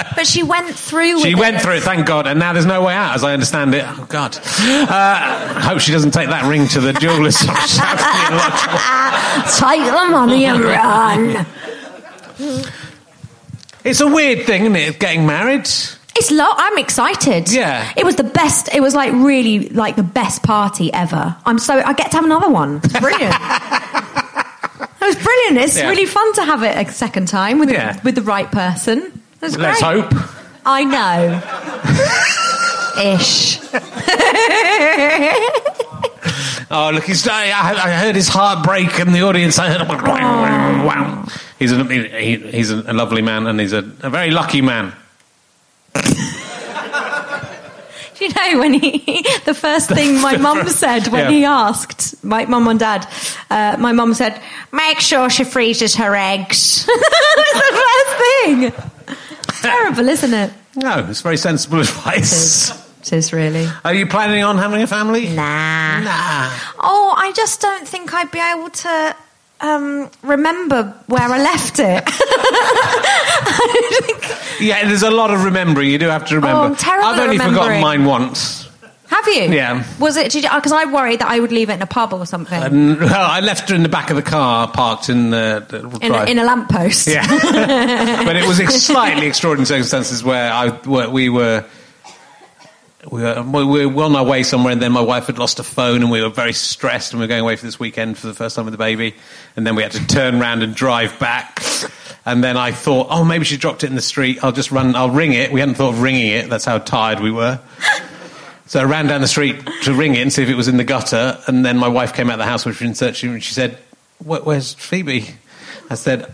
Speaker 4: no. but she went through with
Speaker 1: She went
Speaker 4: it.
Speaker 1: through it, thank God, and now there's no way out, as I understand it. Oh God! Uh, hope she doesn't take that ring to the jewelers.
Speaker 5: take the money and run.
Speaker 1: it's a weird thing, isn't it? Getting married.
Speaker 4: It's lo- I'm excited.
Speaker 1: Yeah.
Speaker 4: It was the best. It was like really like the best party ever. I'm so I get to have another one. It's brilliant. it was brilliant. It's
Speaker 1: Yeah.
Speaker 4: really fun to have it a second time with
Speaker 1: Yeah.
Speaker 4: the, with the right person. It was
Speaker 1: Let's
Speaker 4: great.
Speaker 1: hope.
Speaker 4: I know. Ish.
Speaker 1: Oh look, he's. I, I I heard his heart break in the audience. I heard. a wow, wow. He's a he, he's a lovely man, and he's a, a very lucky man.
Speaker 4: Do you know when he the first thing my mum said when
Speaker 1: Yeah.
Speaker 4: he asked my mum and dad uh, my mum said make sure she freezes her eggs it's the first thing terrible isn't it
Speaker 1: No, it's very sensible advice.
Speaker 4: it is really
Speaker 1: Are you planning on having a family?
Speaker 4: nah
Speaker 1: Nah.
Speaker 4: oh I just don't think I'd be able to um, remember where I left it
Speaker 1: Yeah, there's a lot of remembering. You do have to remember.
Speaker 4: Oh, I'm terrible
Speaker 1: I've
Speaker 4: at
Speaker 1: only forgotten
Speaker 4: remembering.
Speaker 1: mine once.
Speaker 4: have you
Speaker 1: Yeah. Uh,
Speaker 4: was it because I worried that I would leave it in a pub or something
Speaker 1: And, well, I left her in the back of the car, parked in the, the
Speaker 4: in, a,
Speaker 1: drive.
Speaker 4: in a lamppost
Speaker 1: yeah, but it was ex- slightly extraordinary circumstances where I where we were we were, we we were on our way somewhere, and then my wife had lost a phone, and we were very stressed, and we were going away for this weekend for the first time with the baby, and then we had to turn round and drive back. And then I thought, oh, maybe she dropped it in the street. I'll just run. I'll ring it. We hadn't thought of ringing it. That's how tired we were. So I ran down the street to ring it and see if it was in the gutter. And then my wife came out of the house, which was in search, and she said, Where, "Where's Phoebe?" I said,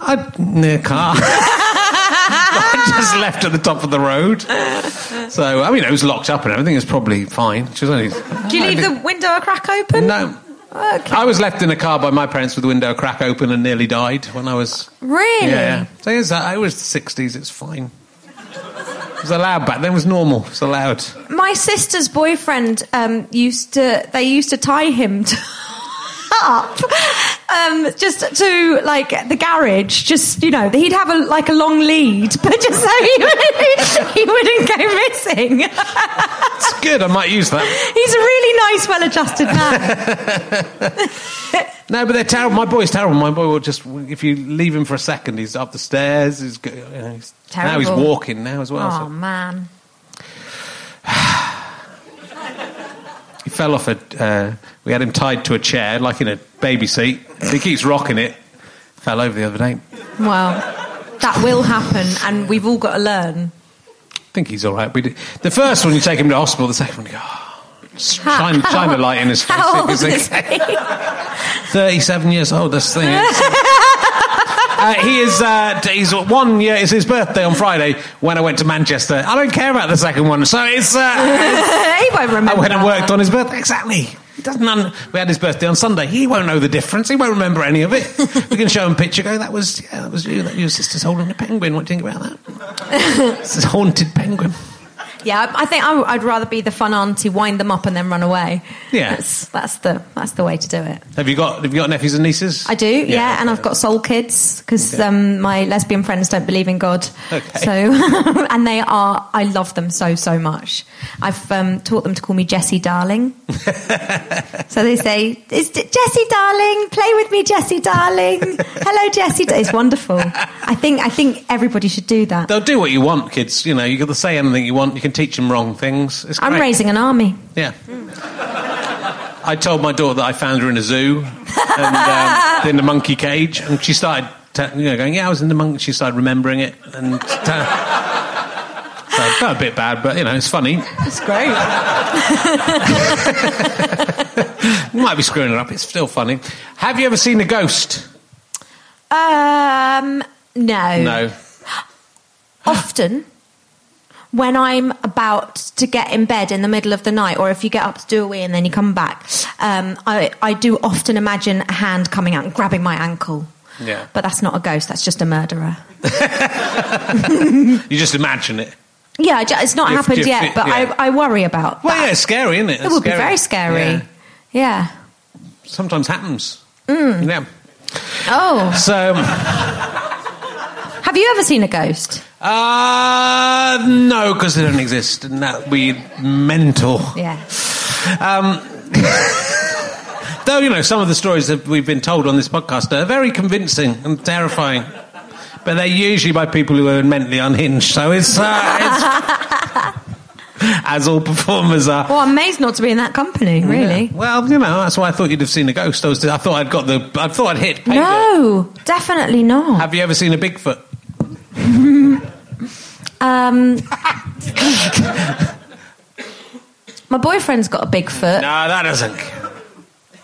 Speaker 1: "I in the car." I just left at the top of the road. So I mean, it was locked up and everything. It was probably fine. She was only.
Speaker 4: Do you leave the window a crack open?
Speaker 1: No.
Speaker 4: Okay.
Speaker 1: I was left in a car by my parents with the window crack open and nearly died when I was.
Speaker 4: Really?
Speaker 1: Yeah. So yes, I was the 60s. It's fine. It was allowed back then. It was normal. It was allowed.
Speaker 4: My sister's boyfriend um, used to. They used to tie him to, up, um, just to like the garage. Just you know, he'd have a, like a long lead, but just so he, would, he wouldn't go missing.
Speaker 1: It's good. I might use that.
Speaker 4: He's a really nice, well-adjusted man.
Speaker 1: No, but they're terrible. My boy's terrible. My boy will just, if you leave him for a second, he's up the stairs. He's, go- you know, he's now he's
Speaker 4: Terrible.
Speaker 1: walking now as well.
Speaker 4: oh
Speaker 1: so
Speaker 4: man.
Speaker 1: he fell off a. Uh, we had him tied to a chair, like in a baby seat. He keeps rocking it. Fell over the other day.
Speaker 4: Well, that will happen, and we've all got to learn.
Speaker 1: think he's all right. We did. The first one, you take him to hospital. The second one, you go, oh, shine, shine a light in his face.
Speaker 4: How old
Speaker 1: He's like,
Speaker 4: is he?
Speaker 1: 37 years old, this thing is. Uh, he is. Uh, d- he's one year. It's his birthday on Friday. When I went to Manchester, I don't care about the second one. So it's. Uh,
Speaker 4: he won't remember.
Speaker 1: I went and
Speaker 4: that.
Speaker 1: worked on his birthday exactly. He doesn't. Un- we had his birthday on Sunday. He won't know the difference. He won't remember any of it. we can show him a picture. Go. That was. Yeah, that was you. That your sister's holding a penguin. What do you think about that? it's a haunted penguin.
Speaker 4: Yeah, I think I, I'd rather be the fun auntie, wind them up, and then run away.
Speaker 1: Yeah.
Speaker 4: that's, that's the that's the way to do it.
Speaker 1: Have you got? Have you got nephews and nieces?
Speaker 4: I do, yeah, and
Speaker 1: okay.
Speaker 4: I've got soul kids because um, my lesbian friends don't believe in God.
Speaker 1: Okay.
Speaker 4: So, and they are, I love them so so much. I've um, taught them to call me Jessie Darling. so they say, "Is D- Jessie Darling? Play with me, Jessie Darling. Hello, Jessie." Dar-" It's wonderful. I think I think everybody should do that.
Speaker 1: They'll do what you want, kids. You know, you can say anything you want. You can teach them wrong things. It's
Speaker 4: I'm
Speaker 1: great.
Speaker 4: raising an army.
Speaker 1: Yeah. I told my daughter that I found her in a zoo and um, in a monkey cage, and she started, ta you know, going, "Yeah, I was in the monkey." She started remembering it, and ta- so I felt a bit bad, but you know, it's funny.
Speaker 4: It's great.
Speaker 1: You might be screwing her up. It's still funny. Have you ever seen a ghost?
Speaker 4: Um, no.
Speaker 1: No.
Speaker 4: Often, when I'm about to get in bed in the middle of the night, or if you get up to do a wee and then you come back, um, I, I do often imagine a hand coming out and grabbing my ankle.
Speaker 1: Yeah.
Speaker 4: But that's not a ghost, that's just a murderer.
Speaker 1: You just imagine it.
Speaker 4: Yeah, ju- it's not
Speaker 1: You've-
Speaker 4: happened
Speaker 1: you've-
Speaker 4: yet, but
Speaker 1: yeah.
Speaker 4: I, I worry about
Speaker 1: Well,
Speaker 4: that.
Speaker 1: yeah, it's scary, isn't it?
Speaker 4: It
Speaker 1: It's
Speaker 4: would be very scary.
Speaker 1: Yeah.
Speaker 4: Yeah.
Speaker 1: Sometimes happens.
Speaker 4: Mm.
Speaker 1: Yeah.
Speaker 4: Oh,
Speaker 1: So.
Speaker 4: have you ever seen a ghost?
Speaker 1: Uh, no, because they don't exist, and that would be mental.
Speaker 4: Yeah.
Speaker 1: Um, though, you know, some of the stories that we've been told on this podcast are very convincing and terrifying, but they're usually by people who are mentally unhinged, so it's. Uh, it's as all performers are.
Speaker 4: Well, I'm amazed not to be in that company, really.
Speaker 1: Yeah. Well, you know, that's why I thought you'd have seen a ghost. I, was, I thought I'd got the. I thought I'd hit. pay dirt.
Speaker 4: No, definitely not.
Speaker 1: Have you ever seen a Bigfoot?
Speaker 4: Um, my boyfriend's got a big
Speaker 1: No,
Speaker 4: foot. No.
Speaker 1: that doesn't.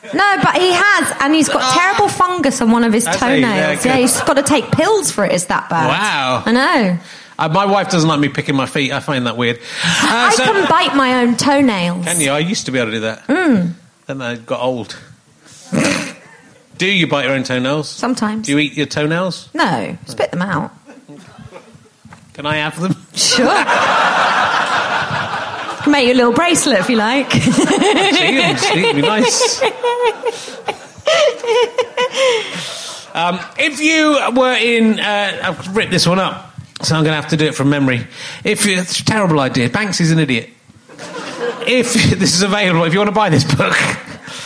Speaker 4: but he has, and he's
Speaker 1: Oh.
Speaker 4: got terrible fungus on one of his
Speaker 1: Has he? Yeah,
Speaker 4: toenails.
Speaker 1: good.
Speaker 4: Yeah, he's got to take pills for it. It's that bad.
Speaker 1: Wow.
Speaker 4: I know.
Speaker 1: Uh, my wife doesn't like me picking my feet. I find that weird. Uh,
Speaker 4: I
Speaker 1: so-
Speaker 4: can bite my own toenails.
Speaker 1: Can you? I used to be able to do that.
Speaker 4: Hmm.
Speaker 1: Then I got old. do you bite your own toenails?
Speaker 4: Sometimes.
Speaker 1: Do you eat your toenails?
Speaker 4: No, spit them out.
Speaker 1: Can I have them?
Speaker 4: Sure. Can make you a little bracelet if you like.
Speaker 1: See, it'd be nice. Um, if you were in, uh, I've ripped this one up, so I'm going to have to do it from memory. If you, it's a terrible idea, Banksy's an idiot. If this is available, if you want to buy this book,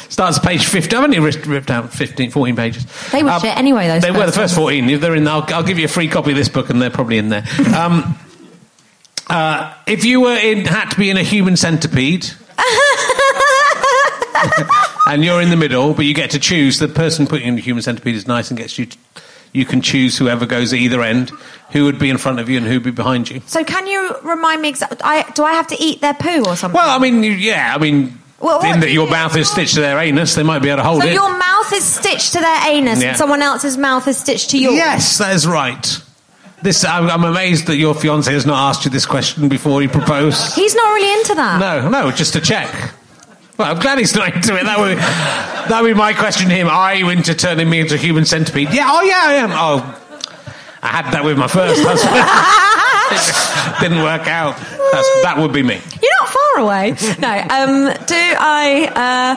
Speaker 1: starts at page 50. I've only ripped, ripped out 15, 14 pages. Um,
Speaker 4: They were shit anyway, those
Speaker 1: Uh, They were the
Speaker 4: first
Speaker 1: first 14. If they're in, I'll, I'll give you a free copy of this book, and they're probably in there. Um, Uh, if you were in, had to be in a human centipede, and you're in the middle, but you get to choose. The person putting in the human centipede is nice and gets you. To, you can choose whoever goes at either end, who would be in front of you and who'd be behind you.
Speaker 4: So can you remind me? Exa- I, do I have to eat their poo or something?
Speaker 1: Well, I mean, you- yeah, I mean,
Speaker 4: Well, what
Speaker 1: in
Speaker 4: do
Speaker 1: that your
Speaker 4: you-
Speaker 1: mouth is stitched to their anus, they might be able to hold
Speaker 4: so
Speaker 1: it.
Speaker 4: your mouth is stitched to their anus,
Speaker 1: Yeah.
Speaker 4: and someone else's mouth is stitched to yours.
Speaker 1: Yes, that is right. This, I'm, I'm amazed that your fiance has not asked you this question before he proposed.
Speaker 4: He's not really into that.
Speaker 1: No, no, just to check. Well, I'm glad he's not into it. That would, that would be my question to him. Are you into turning me into a human centipede? Yeah, oh yeah, I am. Oh, I had that with my first husband. Didn't work out. That's, that would be me.
Speaker 4: You're not far away. No. Um, do I? Uh,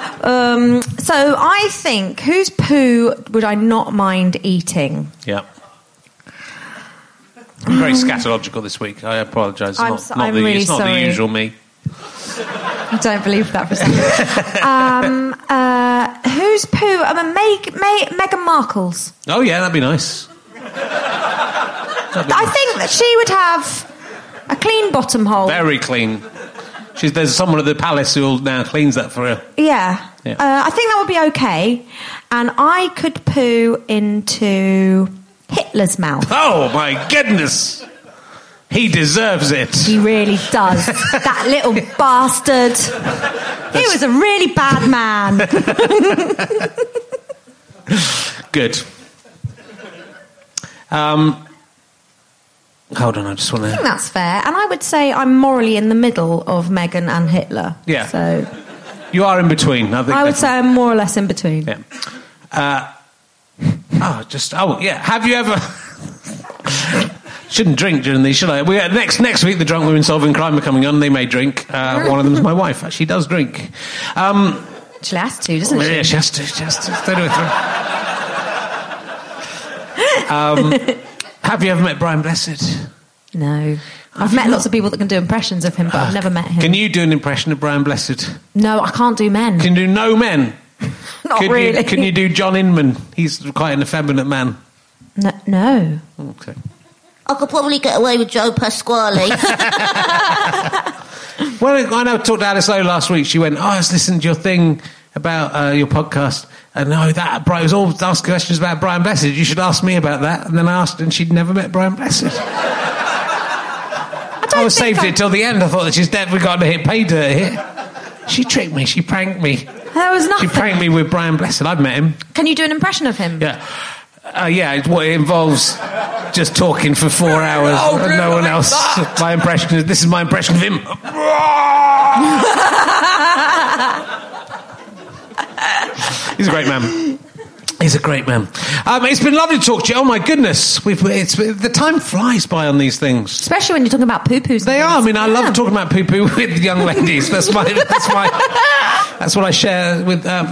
Speaker 4: um, so I think whose poo would I not mind eating?
Speaker 1: Yeah. I'm very scatological this week. I apologise. It's
Speaker 4: I'm
Speaker 1: not,
Speaker 4: so-
Speaker 1: not
Speaker 4: I'm
Speaker 1: the,
Speaker 4: really
Speaker 1: it's not the
Speaker 4: sorry.
Speaker 1: usual me.
Speaker 4: I don't believe that for a second. um, uh, whose poo? Um, Meg, Meg, Meghan Markle's.
Speaker 1: Oh yeah, that'd be nice.
Speaker 4: I think that she would have a clean bottom hole.
Speaker 1: Very clean. She's, there's someone at the palace who now cleans that for her.
Speaker 4: Yeah.
Speaker 1: Yeah.
Speaker 4: Uh, I think that would be okay. And I could poo into Hitler's mouth.
Speaker 1: Oh my goodness! He deserves it.
Speaker 4: He really does. that little bastard. He was a really bad man.
Speaker 1: Good. Um, hold on, I just want
Speaker 4: I
Speaker 1: to.
Speaker 4: think that's fair. And I would say I'm morally in the middle of Meghan and Hitler.
Speaker 1: Yeah.
Speaker 4: So
Speaker 1: You are in between. I, think
Speaker 4: I would
Speaker 1: that-
Speaker 4: say I'm more or less in between.
Speaker 1: Yeah. Uh, oh, just oh yeah. Have you ever? Shouldn't drink during these, should I? We next next week the drunk women solving crime are coming on. They may drink. Uh, one of them's my wife. She does drink. Um,
Speaker 4: She has to, doesn't she?
Speaker 1: Oh, yeah, she has to. She has to. They do it through. Um, have you ever met Brian Blessed?
Speaker 4: No. I've met lots of people that can do impressions of him, but I've never met him.
Speaker 1: Ah, Can you do an impression of Brian Blessed?
Speaker 4: no, I can't do men.
Speaker 1: Can you do no men?
Speaker 4: Not
Speaker 1: can
Speaker 4: really.
Speaker 1: You, can you do John Inman? He's quite an effeminate man.
Speaker 4: No. no.
Speaker 1: Okay.
Speaker 6: I could probably get away with Joe Pasquale.
Speaker 1: Well, I know I talked to Alice O last week. She went, "Oh, I was listening to your thing about uh, your podcast, and oh, that Brian was all asking questions about Brian Blessed. You should ask me about that." And then I asked, and she'd never met Brian Blessed. I, was saved it till the end. I thought that she's dead. We got to hit pay dirt here. She tricked me. She pranked me.
Speaker 4: There was
Speaker 1: She
Speaker 4: nothing.
Speaker 1: pranked me with Brian Blessed. I've met him.
Speaker 4: Can you do an impression of him?
Speaker 1: Yeah. Uh, yeah, it, well, it involves just talking for four hours and no one else. My impression is this is my impression of him. He's a great man. He's a great man. Um, it's been lovely to talk to you. Oh my goodness, we've, it's, the time flies by on these things.
Speaker 4: Especially when you're talking about poo poos.
Speaker 1: They are. I mean, I love talking about poo poo with young ladies. That's my. That's my. That's what I share with. Um,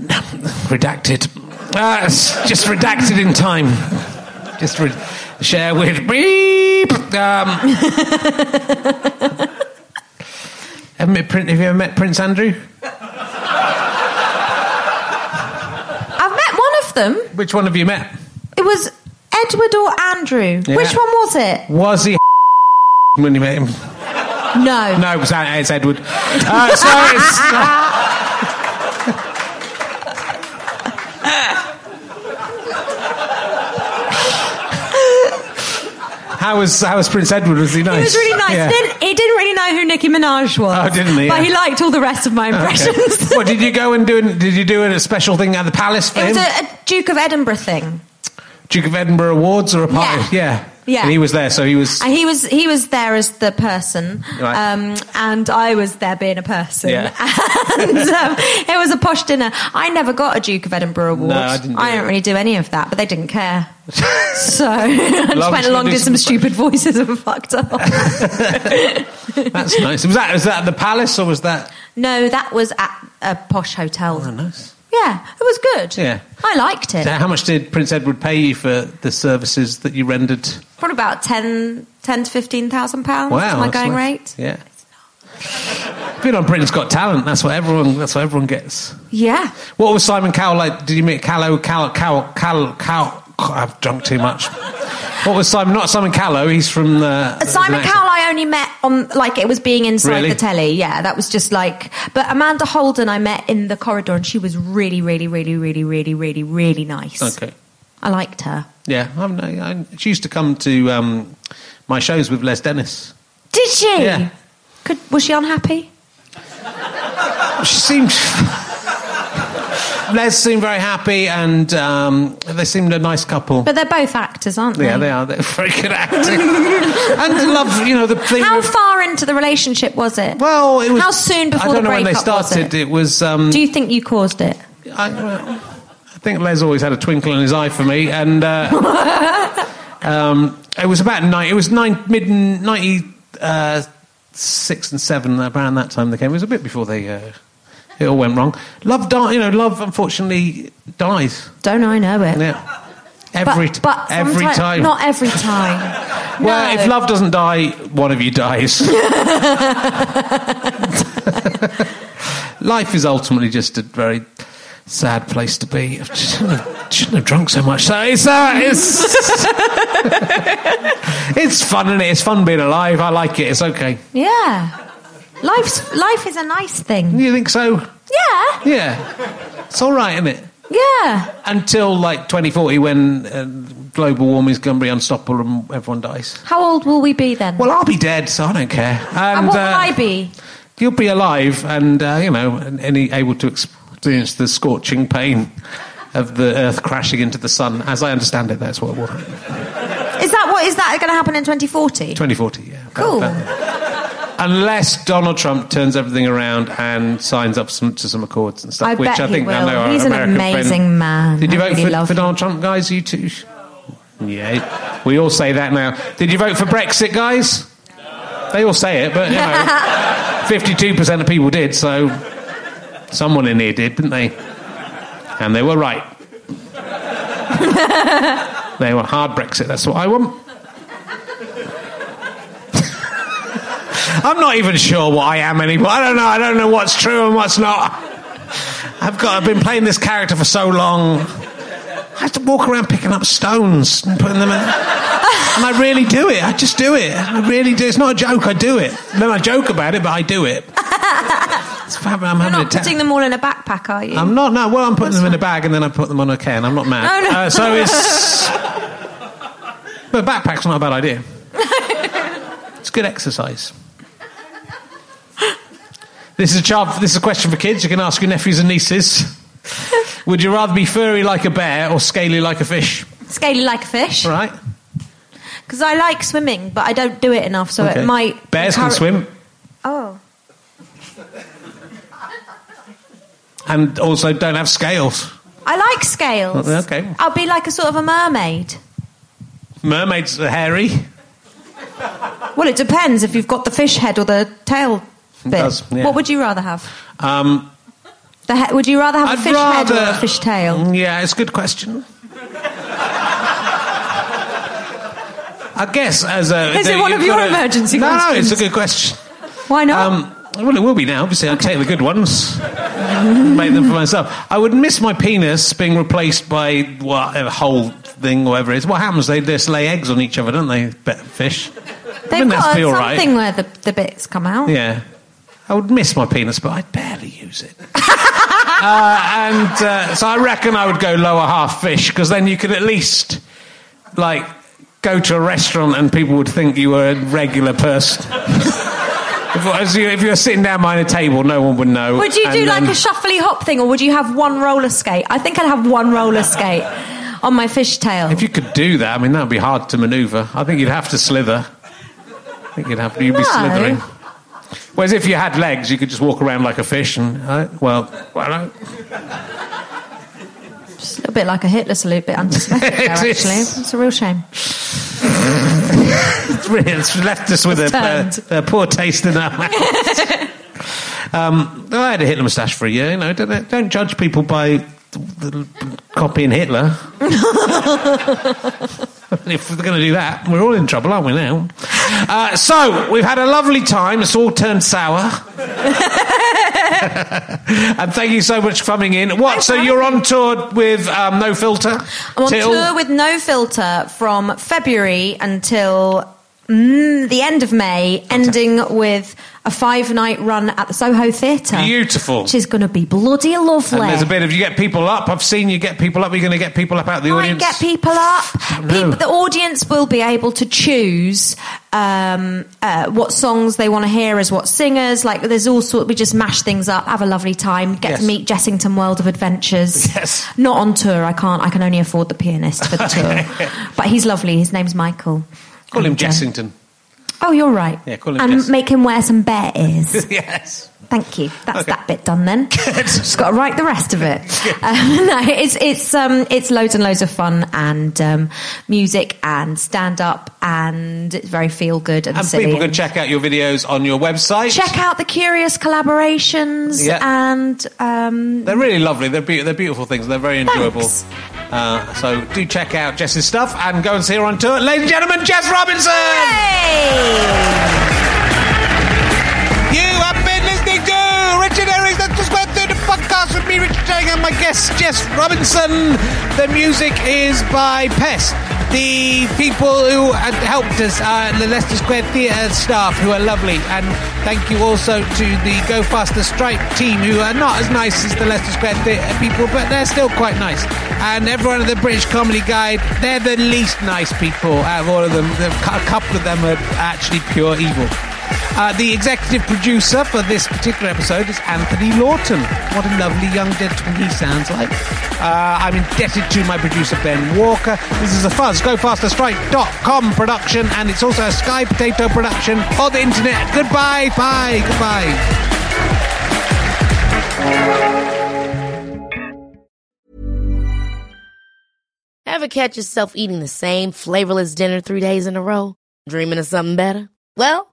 Speaker 1: no, redacted. Uh, it's just redacted in time. Just re- share with. Beep. Um, haven't met Prin- have you ever met Prince Andrew?
Speaker 4: I've met one of them.
Speaker 1: Which one have you met?
Speaker 4: It was Edward or Andrew.
Speaker 1: Yeah.
Speaker 4: Which one was it?
Speaker 1: Was he when you met him?
Speaker 4: No.
Speaker 1: No, it's, it's Edward. Uh, so it's. how was how was Prince Edward? Was he nice?
Speaker 4: He was really nice.
Speaker 1: Yeah.
Speaker 4: He, didn't, he didn't really know who Nicki Minaj was.
Speaker 1: Oh, didn't he?
Speaker 4: But
Speaker 1: Yeah.
Speaker 4: he liked all the rest of my
Speaker 1: Okay.
Speaker 4: impressions.
Speaker 1: what did you go and do? Did you do a special thing at the palace for
Speaker 4: It was
Speaker 1: him?
Speaker 4: a, a Duke of Edinburgh thing,
Speaker 1: Duke of Edinburgh Awards or a party?
Speaker 4: Yeah.
Speaker 1: Yeah.
Speaker 4: Yeah.
Speaker 1: And he was there, so he was.
Speaker 4: and he was he was there as the person,
Speaker 1: Right.
Speaker 4: um, and I was there being a person.
Speaker 1: Yeah.
Speaker 4: And um, it was a posh dinner. I never got a Duke of Edinburgh award.
Speaker 1: No, I didn't do
Speaker 4: didn't
Speaker 1: it.
Speaker 4: really do any of that, but they didn't care. So I
Speaker 1: Long
Speaker 4: just went
Speaker 1: as you
Speaker 4: along,
Speaker 1: do
Speaker 4: did
Speaker 1: some
Speaker 4: some stupid voices, and fucked up.
Speaker 1: That's nice. Was that was that at the palace or was that?
Speaker 4: no, that was at a posh hotel.
Speaker 1: Oh, nice.
Speaker 4: Yeah, it was good.
Speaker 1: Yeah.
Speaker 4: I liked it.
Speaker 1: So how much did Prince Edward pay you for the services that you rendered?
Speaker 4: Probably about 10, 10 to fifteen thousand pounds.
Speaker 1: Wow,
Speaker 4: is my
Speaker 1: that's
Speaker 4: going
Speaker 1: nice.
Speaker 4: rate.
Speaker 1: Yeah. Been on Britain's Got Talent. That's what everyone. That's what everyone gets.
Speaker 4: Yeah.
Speaker 1: What was Simon Cowell like? Did you meet Callow? Cal? Cal? Cal? Cal? I've drunk too much. What was Simon? Not Simon Callow. He's from uh,
Speaker 4: Simon
Speaker 1: he's an actor.
Speaker 4: Cowell I only met on like it was being inside
Speaker 1: Really?
Speaker 4: the telly. Yeah, that was just like. But Amanda Holden I met in the corridor, and she was really, really, really, really, really, really, really nice.
Speaker 1: Okay.
Speaker 4: I liked her.
Speaker 1: Yeah, I've no, I, she used to come to um, my shows with Les Dennis.
Speaker 4: Did she?
Speaker 1: Yeah.
Speaker 4: Could was she unhappy?
Speaker 1: She seemed. Les seemed very happy, and um, they seemed a nice couple.
Speaker 4: But they're both actors, aren't they?
Speaker 1: yeah, they are. They're very good acting, and love. You know the thing.
Speaker 4: How
Speaker 1: with-
Speaker 4: far into the relationship was it?
Speaker 1: well, it was.
Speaker 4: how soon before
Speaker 1: I don't
Speaker 4: the
Speaker 1: know when they
Speaker 4: breakup was
Speaker 1: started.
Speaker 4: it?
Speaker 1: It was. Um,
Speaker 4: Do you think you caused it?
Speaker 1: I, well, I think Les always had a twinkle in his eye for me, and uh, um, it was about nine. It was nine mid ninety uh, six and seven around that time they came. It was a bit before they uh, it all went wrong. Love died. You know, love unfortunately dies.
Speaker 4: Don't I know it?
Speaker 1: Yeah,
Speaker 4: But,
Speaker 1: every t-
Speaker 4: but
Speaker 1: every
Speaker 4: sometimes-
Speaker 1: time.
Speaker 4: Not every time.
Speaker 1: well,
Speaker 4: No.
Speaker 1: if love doesn't die, one of you dies. Life is ultimately just a very sad place to be. I shouldn't have, shouldn't have drunk so much. So it's, uh, it's, it's fun, is it? It's fun being alive. I like it. It's okay.
Speaker 4: Yeah. Life's, life is a nice thing.
Speaker 1: You think so?
Speaker 4: Yeah.
Speaker 1: Yeah. It's all right, isn't it?
Speaker 4: Yeah.
Speaker 1: Until like 2040 when uh, global warming's going to be unstoppable and everyone dies.
Speaker 4: How old will we be then?
Speaker 1: Well, I'll be dead, so I don't care. And,
Speaker 4: and what will
Speaker 1: uh,
Speaker 4: I be?
Speaker 1: you'll be alive and uh, you know and, and able to experience the scorching pain of the earth crashing into the sun as i understand it that's what it will happen
Speaker 4: Is that what is that going to happen in 2040?
Speaker 1: 2040 yeah That-
Speaker 4: Cool.
Speaker 1: that- unless donald trump turns everything around and signs up some, to some accords and stuff
Speaker 4: I
Speaker 1: which
Speaker 4: bet
Speaker 1: i
Speaker 4: he
Speaker 1: think I
Speaker 4: will.
Speaker 1: know our
Speaker 4: He's an
Speaker 1: American friend-
Speaker 4: amazing man.
Speaker 1: did you
Speaker 4: I
Speaker 1: vote
Speaker 4: really
Speaker 1: for,
Speaker 4: love
Speaker 1: for
Speaker 4: him.
Speaker 1: donald trump guys you too yeah we all say that now did you vote for brexit guys they all say it but you know 52% of people did, so someone in here did, didn't they? And they were right. they were hard Brexit, that's what I want. I'm not even sure what I am anymore. I don't know. I don't know what's true and what's not. I've got. I've been playing this character for so long. I have to walk around picking up stones and putting them in. And I really do it. I just do it. I really do. It's not a joke. I do it. Then I joke about it, but I do it. It's fab- I'm
Speaker 4: You're
Speaker 1: having
Speaker 4: not
Speaker 1: a ta-
Speaker 4: putting them all in a backpack, are you?
Speaker 1: I'm not. No. Well, I'm putting them in a bag and then I put them on a can. I'm not mad.
Speaker 4: Oh, No, no.
Speaker 1: Uh, so it's. But backpack's not a bad idea. it's good exercise. This is a child, This is a question for kids. You can ask your nephews and nieces. Would you rather be furry like a bear or scaly like a fish?
Speaker 4: Scaly like a fish.
Speaker 1: All Right.
Speaker 4: Because I like swimming, but I don't do it enough, so
Speaker 1: Okay.
Speaker 4: it might.
Speaker 1: Bears can
Speaker 4: encourage-
Speaker 1: swim,
Speaker 4: Oh.
Speaker 1: and also don't have scales.
Speaker 4: I like scales.
Speaker 1: Okay.
Speaker 4: I'll be like a sort of a mermaid.
Speaker 1: Mermaids are hairy. It
Speaker 4: Well, it depends if you've got the fish head or the tail bit.
Speaker 1: does, yeah.
Speaker 4: What would you rather have?
Speaker 1: Um,
Speaker 4: The he- would you rather have a
Speaker 1: I'd
Speaker 4: fish
Speaker 1: rather
Speaker 4: head or a fish tail?
Speaker 1: Yeah, it's a good question. I guess as a
Speaker 4: Is it
Speaker 1: you've
Speaker 4: one of your
Speaker 1: gotta-
Speaker 4: emergency
Speaker 1: No, no,
Speaker 4: questions?
Speaker 1: it's a good question.
Speaker 4: Why not?
Speaker 1: Um, well, it will be now. Obviously, I'll take the good ones, make them for myself. I would miss my penis being replaced by what a whole thing, whatever it is. What happens? They just lay eggs on each other, don't they? be- Fish.
Speaker 4: They've
Speaker 1: wouldn't that
Speaker 4: got a-
Speaker 1: be all right?
Speaker 4: something where the, the bits come out.
Speaker 1: Yeah. I would miss my penis, but I'd barely use it. uh, and uh, so I reckon I would go lower half fish because then you could at least, like, go to a restaurant and people would think you were a regular person. if, as you, if you were sitting down behind a table, no one would know.
Speaker 4: Would you do
Speaker 1: And,
Speaker 4: like
Speaker 1: um,
Speaker 4: a shuffly hop thing, or would you have one roller skate? I think I'd have one roller skate on my fishtail.
Speaker 1: If you could do that, I mean, that would be hard to manoeuvre. I think you'd have to slither. I think you'd have to. You'd be
Speaker 4: No.
Speaker 1: slithering. Whereas if you had legs, you could just walk around like a fish and, uh, well, well, no.
Speaker 4: Just a little bit like a Hitler salute, bit anti-Semitic there,
Speaker 1: It
Speaker 4: actually.
Speaker 1: is.
Speaker 4: It's a real shame.
Speaker 1: It's really- it's left us with
Speaker 4: It's
Speaker 1: a,
Speaker 4: turned.
Speaker 1: a, a poor taste in our mouth. um, I had a Hitler moustache for a year. You know, don't, don't judge people by the, the, copying Hitler. if they're going to do that, we're all in trouble, aren't we now? Uh, so we've had a lovely time. It's all turned sour. and thank you so much for coming in. What?
Speaker 4: Thanks
Speaker 1: so
Speaker 4: for
Speaker 1: you're
Speaker 4: having
Speaker 1: on tour with um, No Filter?
Speaker 4: I'm on
Speaker 1: till-
Speaker 4: tour with No Filter from February until mm, the end of May, ending with a five night run at the Soho Theatre.
Speaker 1: Beautiful.
Speaker 4: Which is going to be bloody lovely.
Speaker 1: And there's a bit of you get people up. I've seen you get people up. You're going to get people up out of the
Speaker 4: Try and
Speaker 1: audience.
Speaker 4: get people up.
Speaker 1: know.
Speaker 4: People, the audience will be able to choose um, uh, what songs they want to hear as what singers. Like there's all sort. We just mash things up, have a lovely time, get
Speaker 1: Yes.
Speaker 4: to meet Jessington World of Adventures.
Speaker 1: Yes.
Speaker 4: Not on tour. I can't. I can only afford the pianist for the tour. But he's lovely. His name's Michael.
Speaker 1: Call him
Speaker 4: And, uh,
Speaker 1: Jessington.
Speaker 4: Oh, you're right.
Speaker 1: Yeah, call him
Speaker 4: And
Speaker 1: Jess.
Speaker 4: make him wear some bear ears.
Speaker 1: yes.
Speaker 4: Thank you. That's
Speaker 1: Okay.
Speaker 4: that bit done then. Just got to write the rest of it. Um, no, it's it's um it's loads and loads of fun and um, music and stand up and it's very feel good and,
Speaker 1: And
Speaker 4: silly.
Speaker 1: people can
Speaker 4: and-
Speaker 1: check out your videos on your website.
Speaker 4: check out the curious collaborations
Speaker 1: Yeah.
Speaker 4: and um,
Speaker 1: They're really lovely. They're, be- they're beautiful things. They're very enjoyable.
Speaker 4: Thanks.
Speaker 1: Uh, so do check out Jess's stuff and go and see her on tour. Ladies and gentlemen, Jess Robinson!
Speaker 4: hey,
Speaker 1: You have been listening to Richard Herrings. That just went through the podcast with me, Richard Herring, and my guest, Jess Robinson. The music is by Pest. The people who had helped us are the Leicester Square Theatre staff, who are lovely. And thank you also to the Go Faster Strike team, who are not as nice as the Leicester Square Theatre people, but they're still quite nice. And everyone at the British Comedy Guide, they're the least nice people out of all of them. A couple of them are actually pure evil. Uh, the executive producer for this particular episode is Anthony Lawton. What a lovely young gentleman he sounds like. Uh, I'm indebted to my producer Ben Walker. This is a Fuzz Go GoFasterStrike.com production, and it's also a Sky Potato production on the internet. Goodbye, bye, goodbye.
Speaker 7: Ever catch yourself eating the same flavorless dinner three days in a row? Dreaming of something better? Well,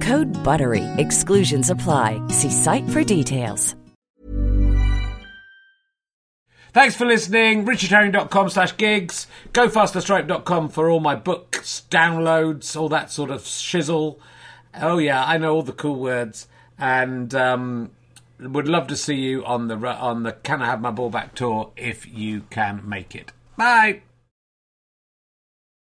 Speaker 8: Code BUTTERY. Exclusions apply. See site for details.
Speaker 1: Thanks for listening. RichardHerring.com slash gigs. GoFasterStripe.com for all my books, downloads, all that sort of shizzle. Oh, yeah, I know all the cool words. And um, would love to see you on the, on the Can I Have My Ball Back tour if you can make it. Bye.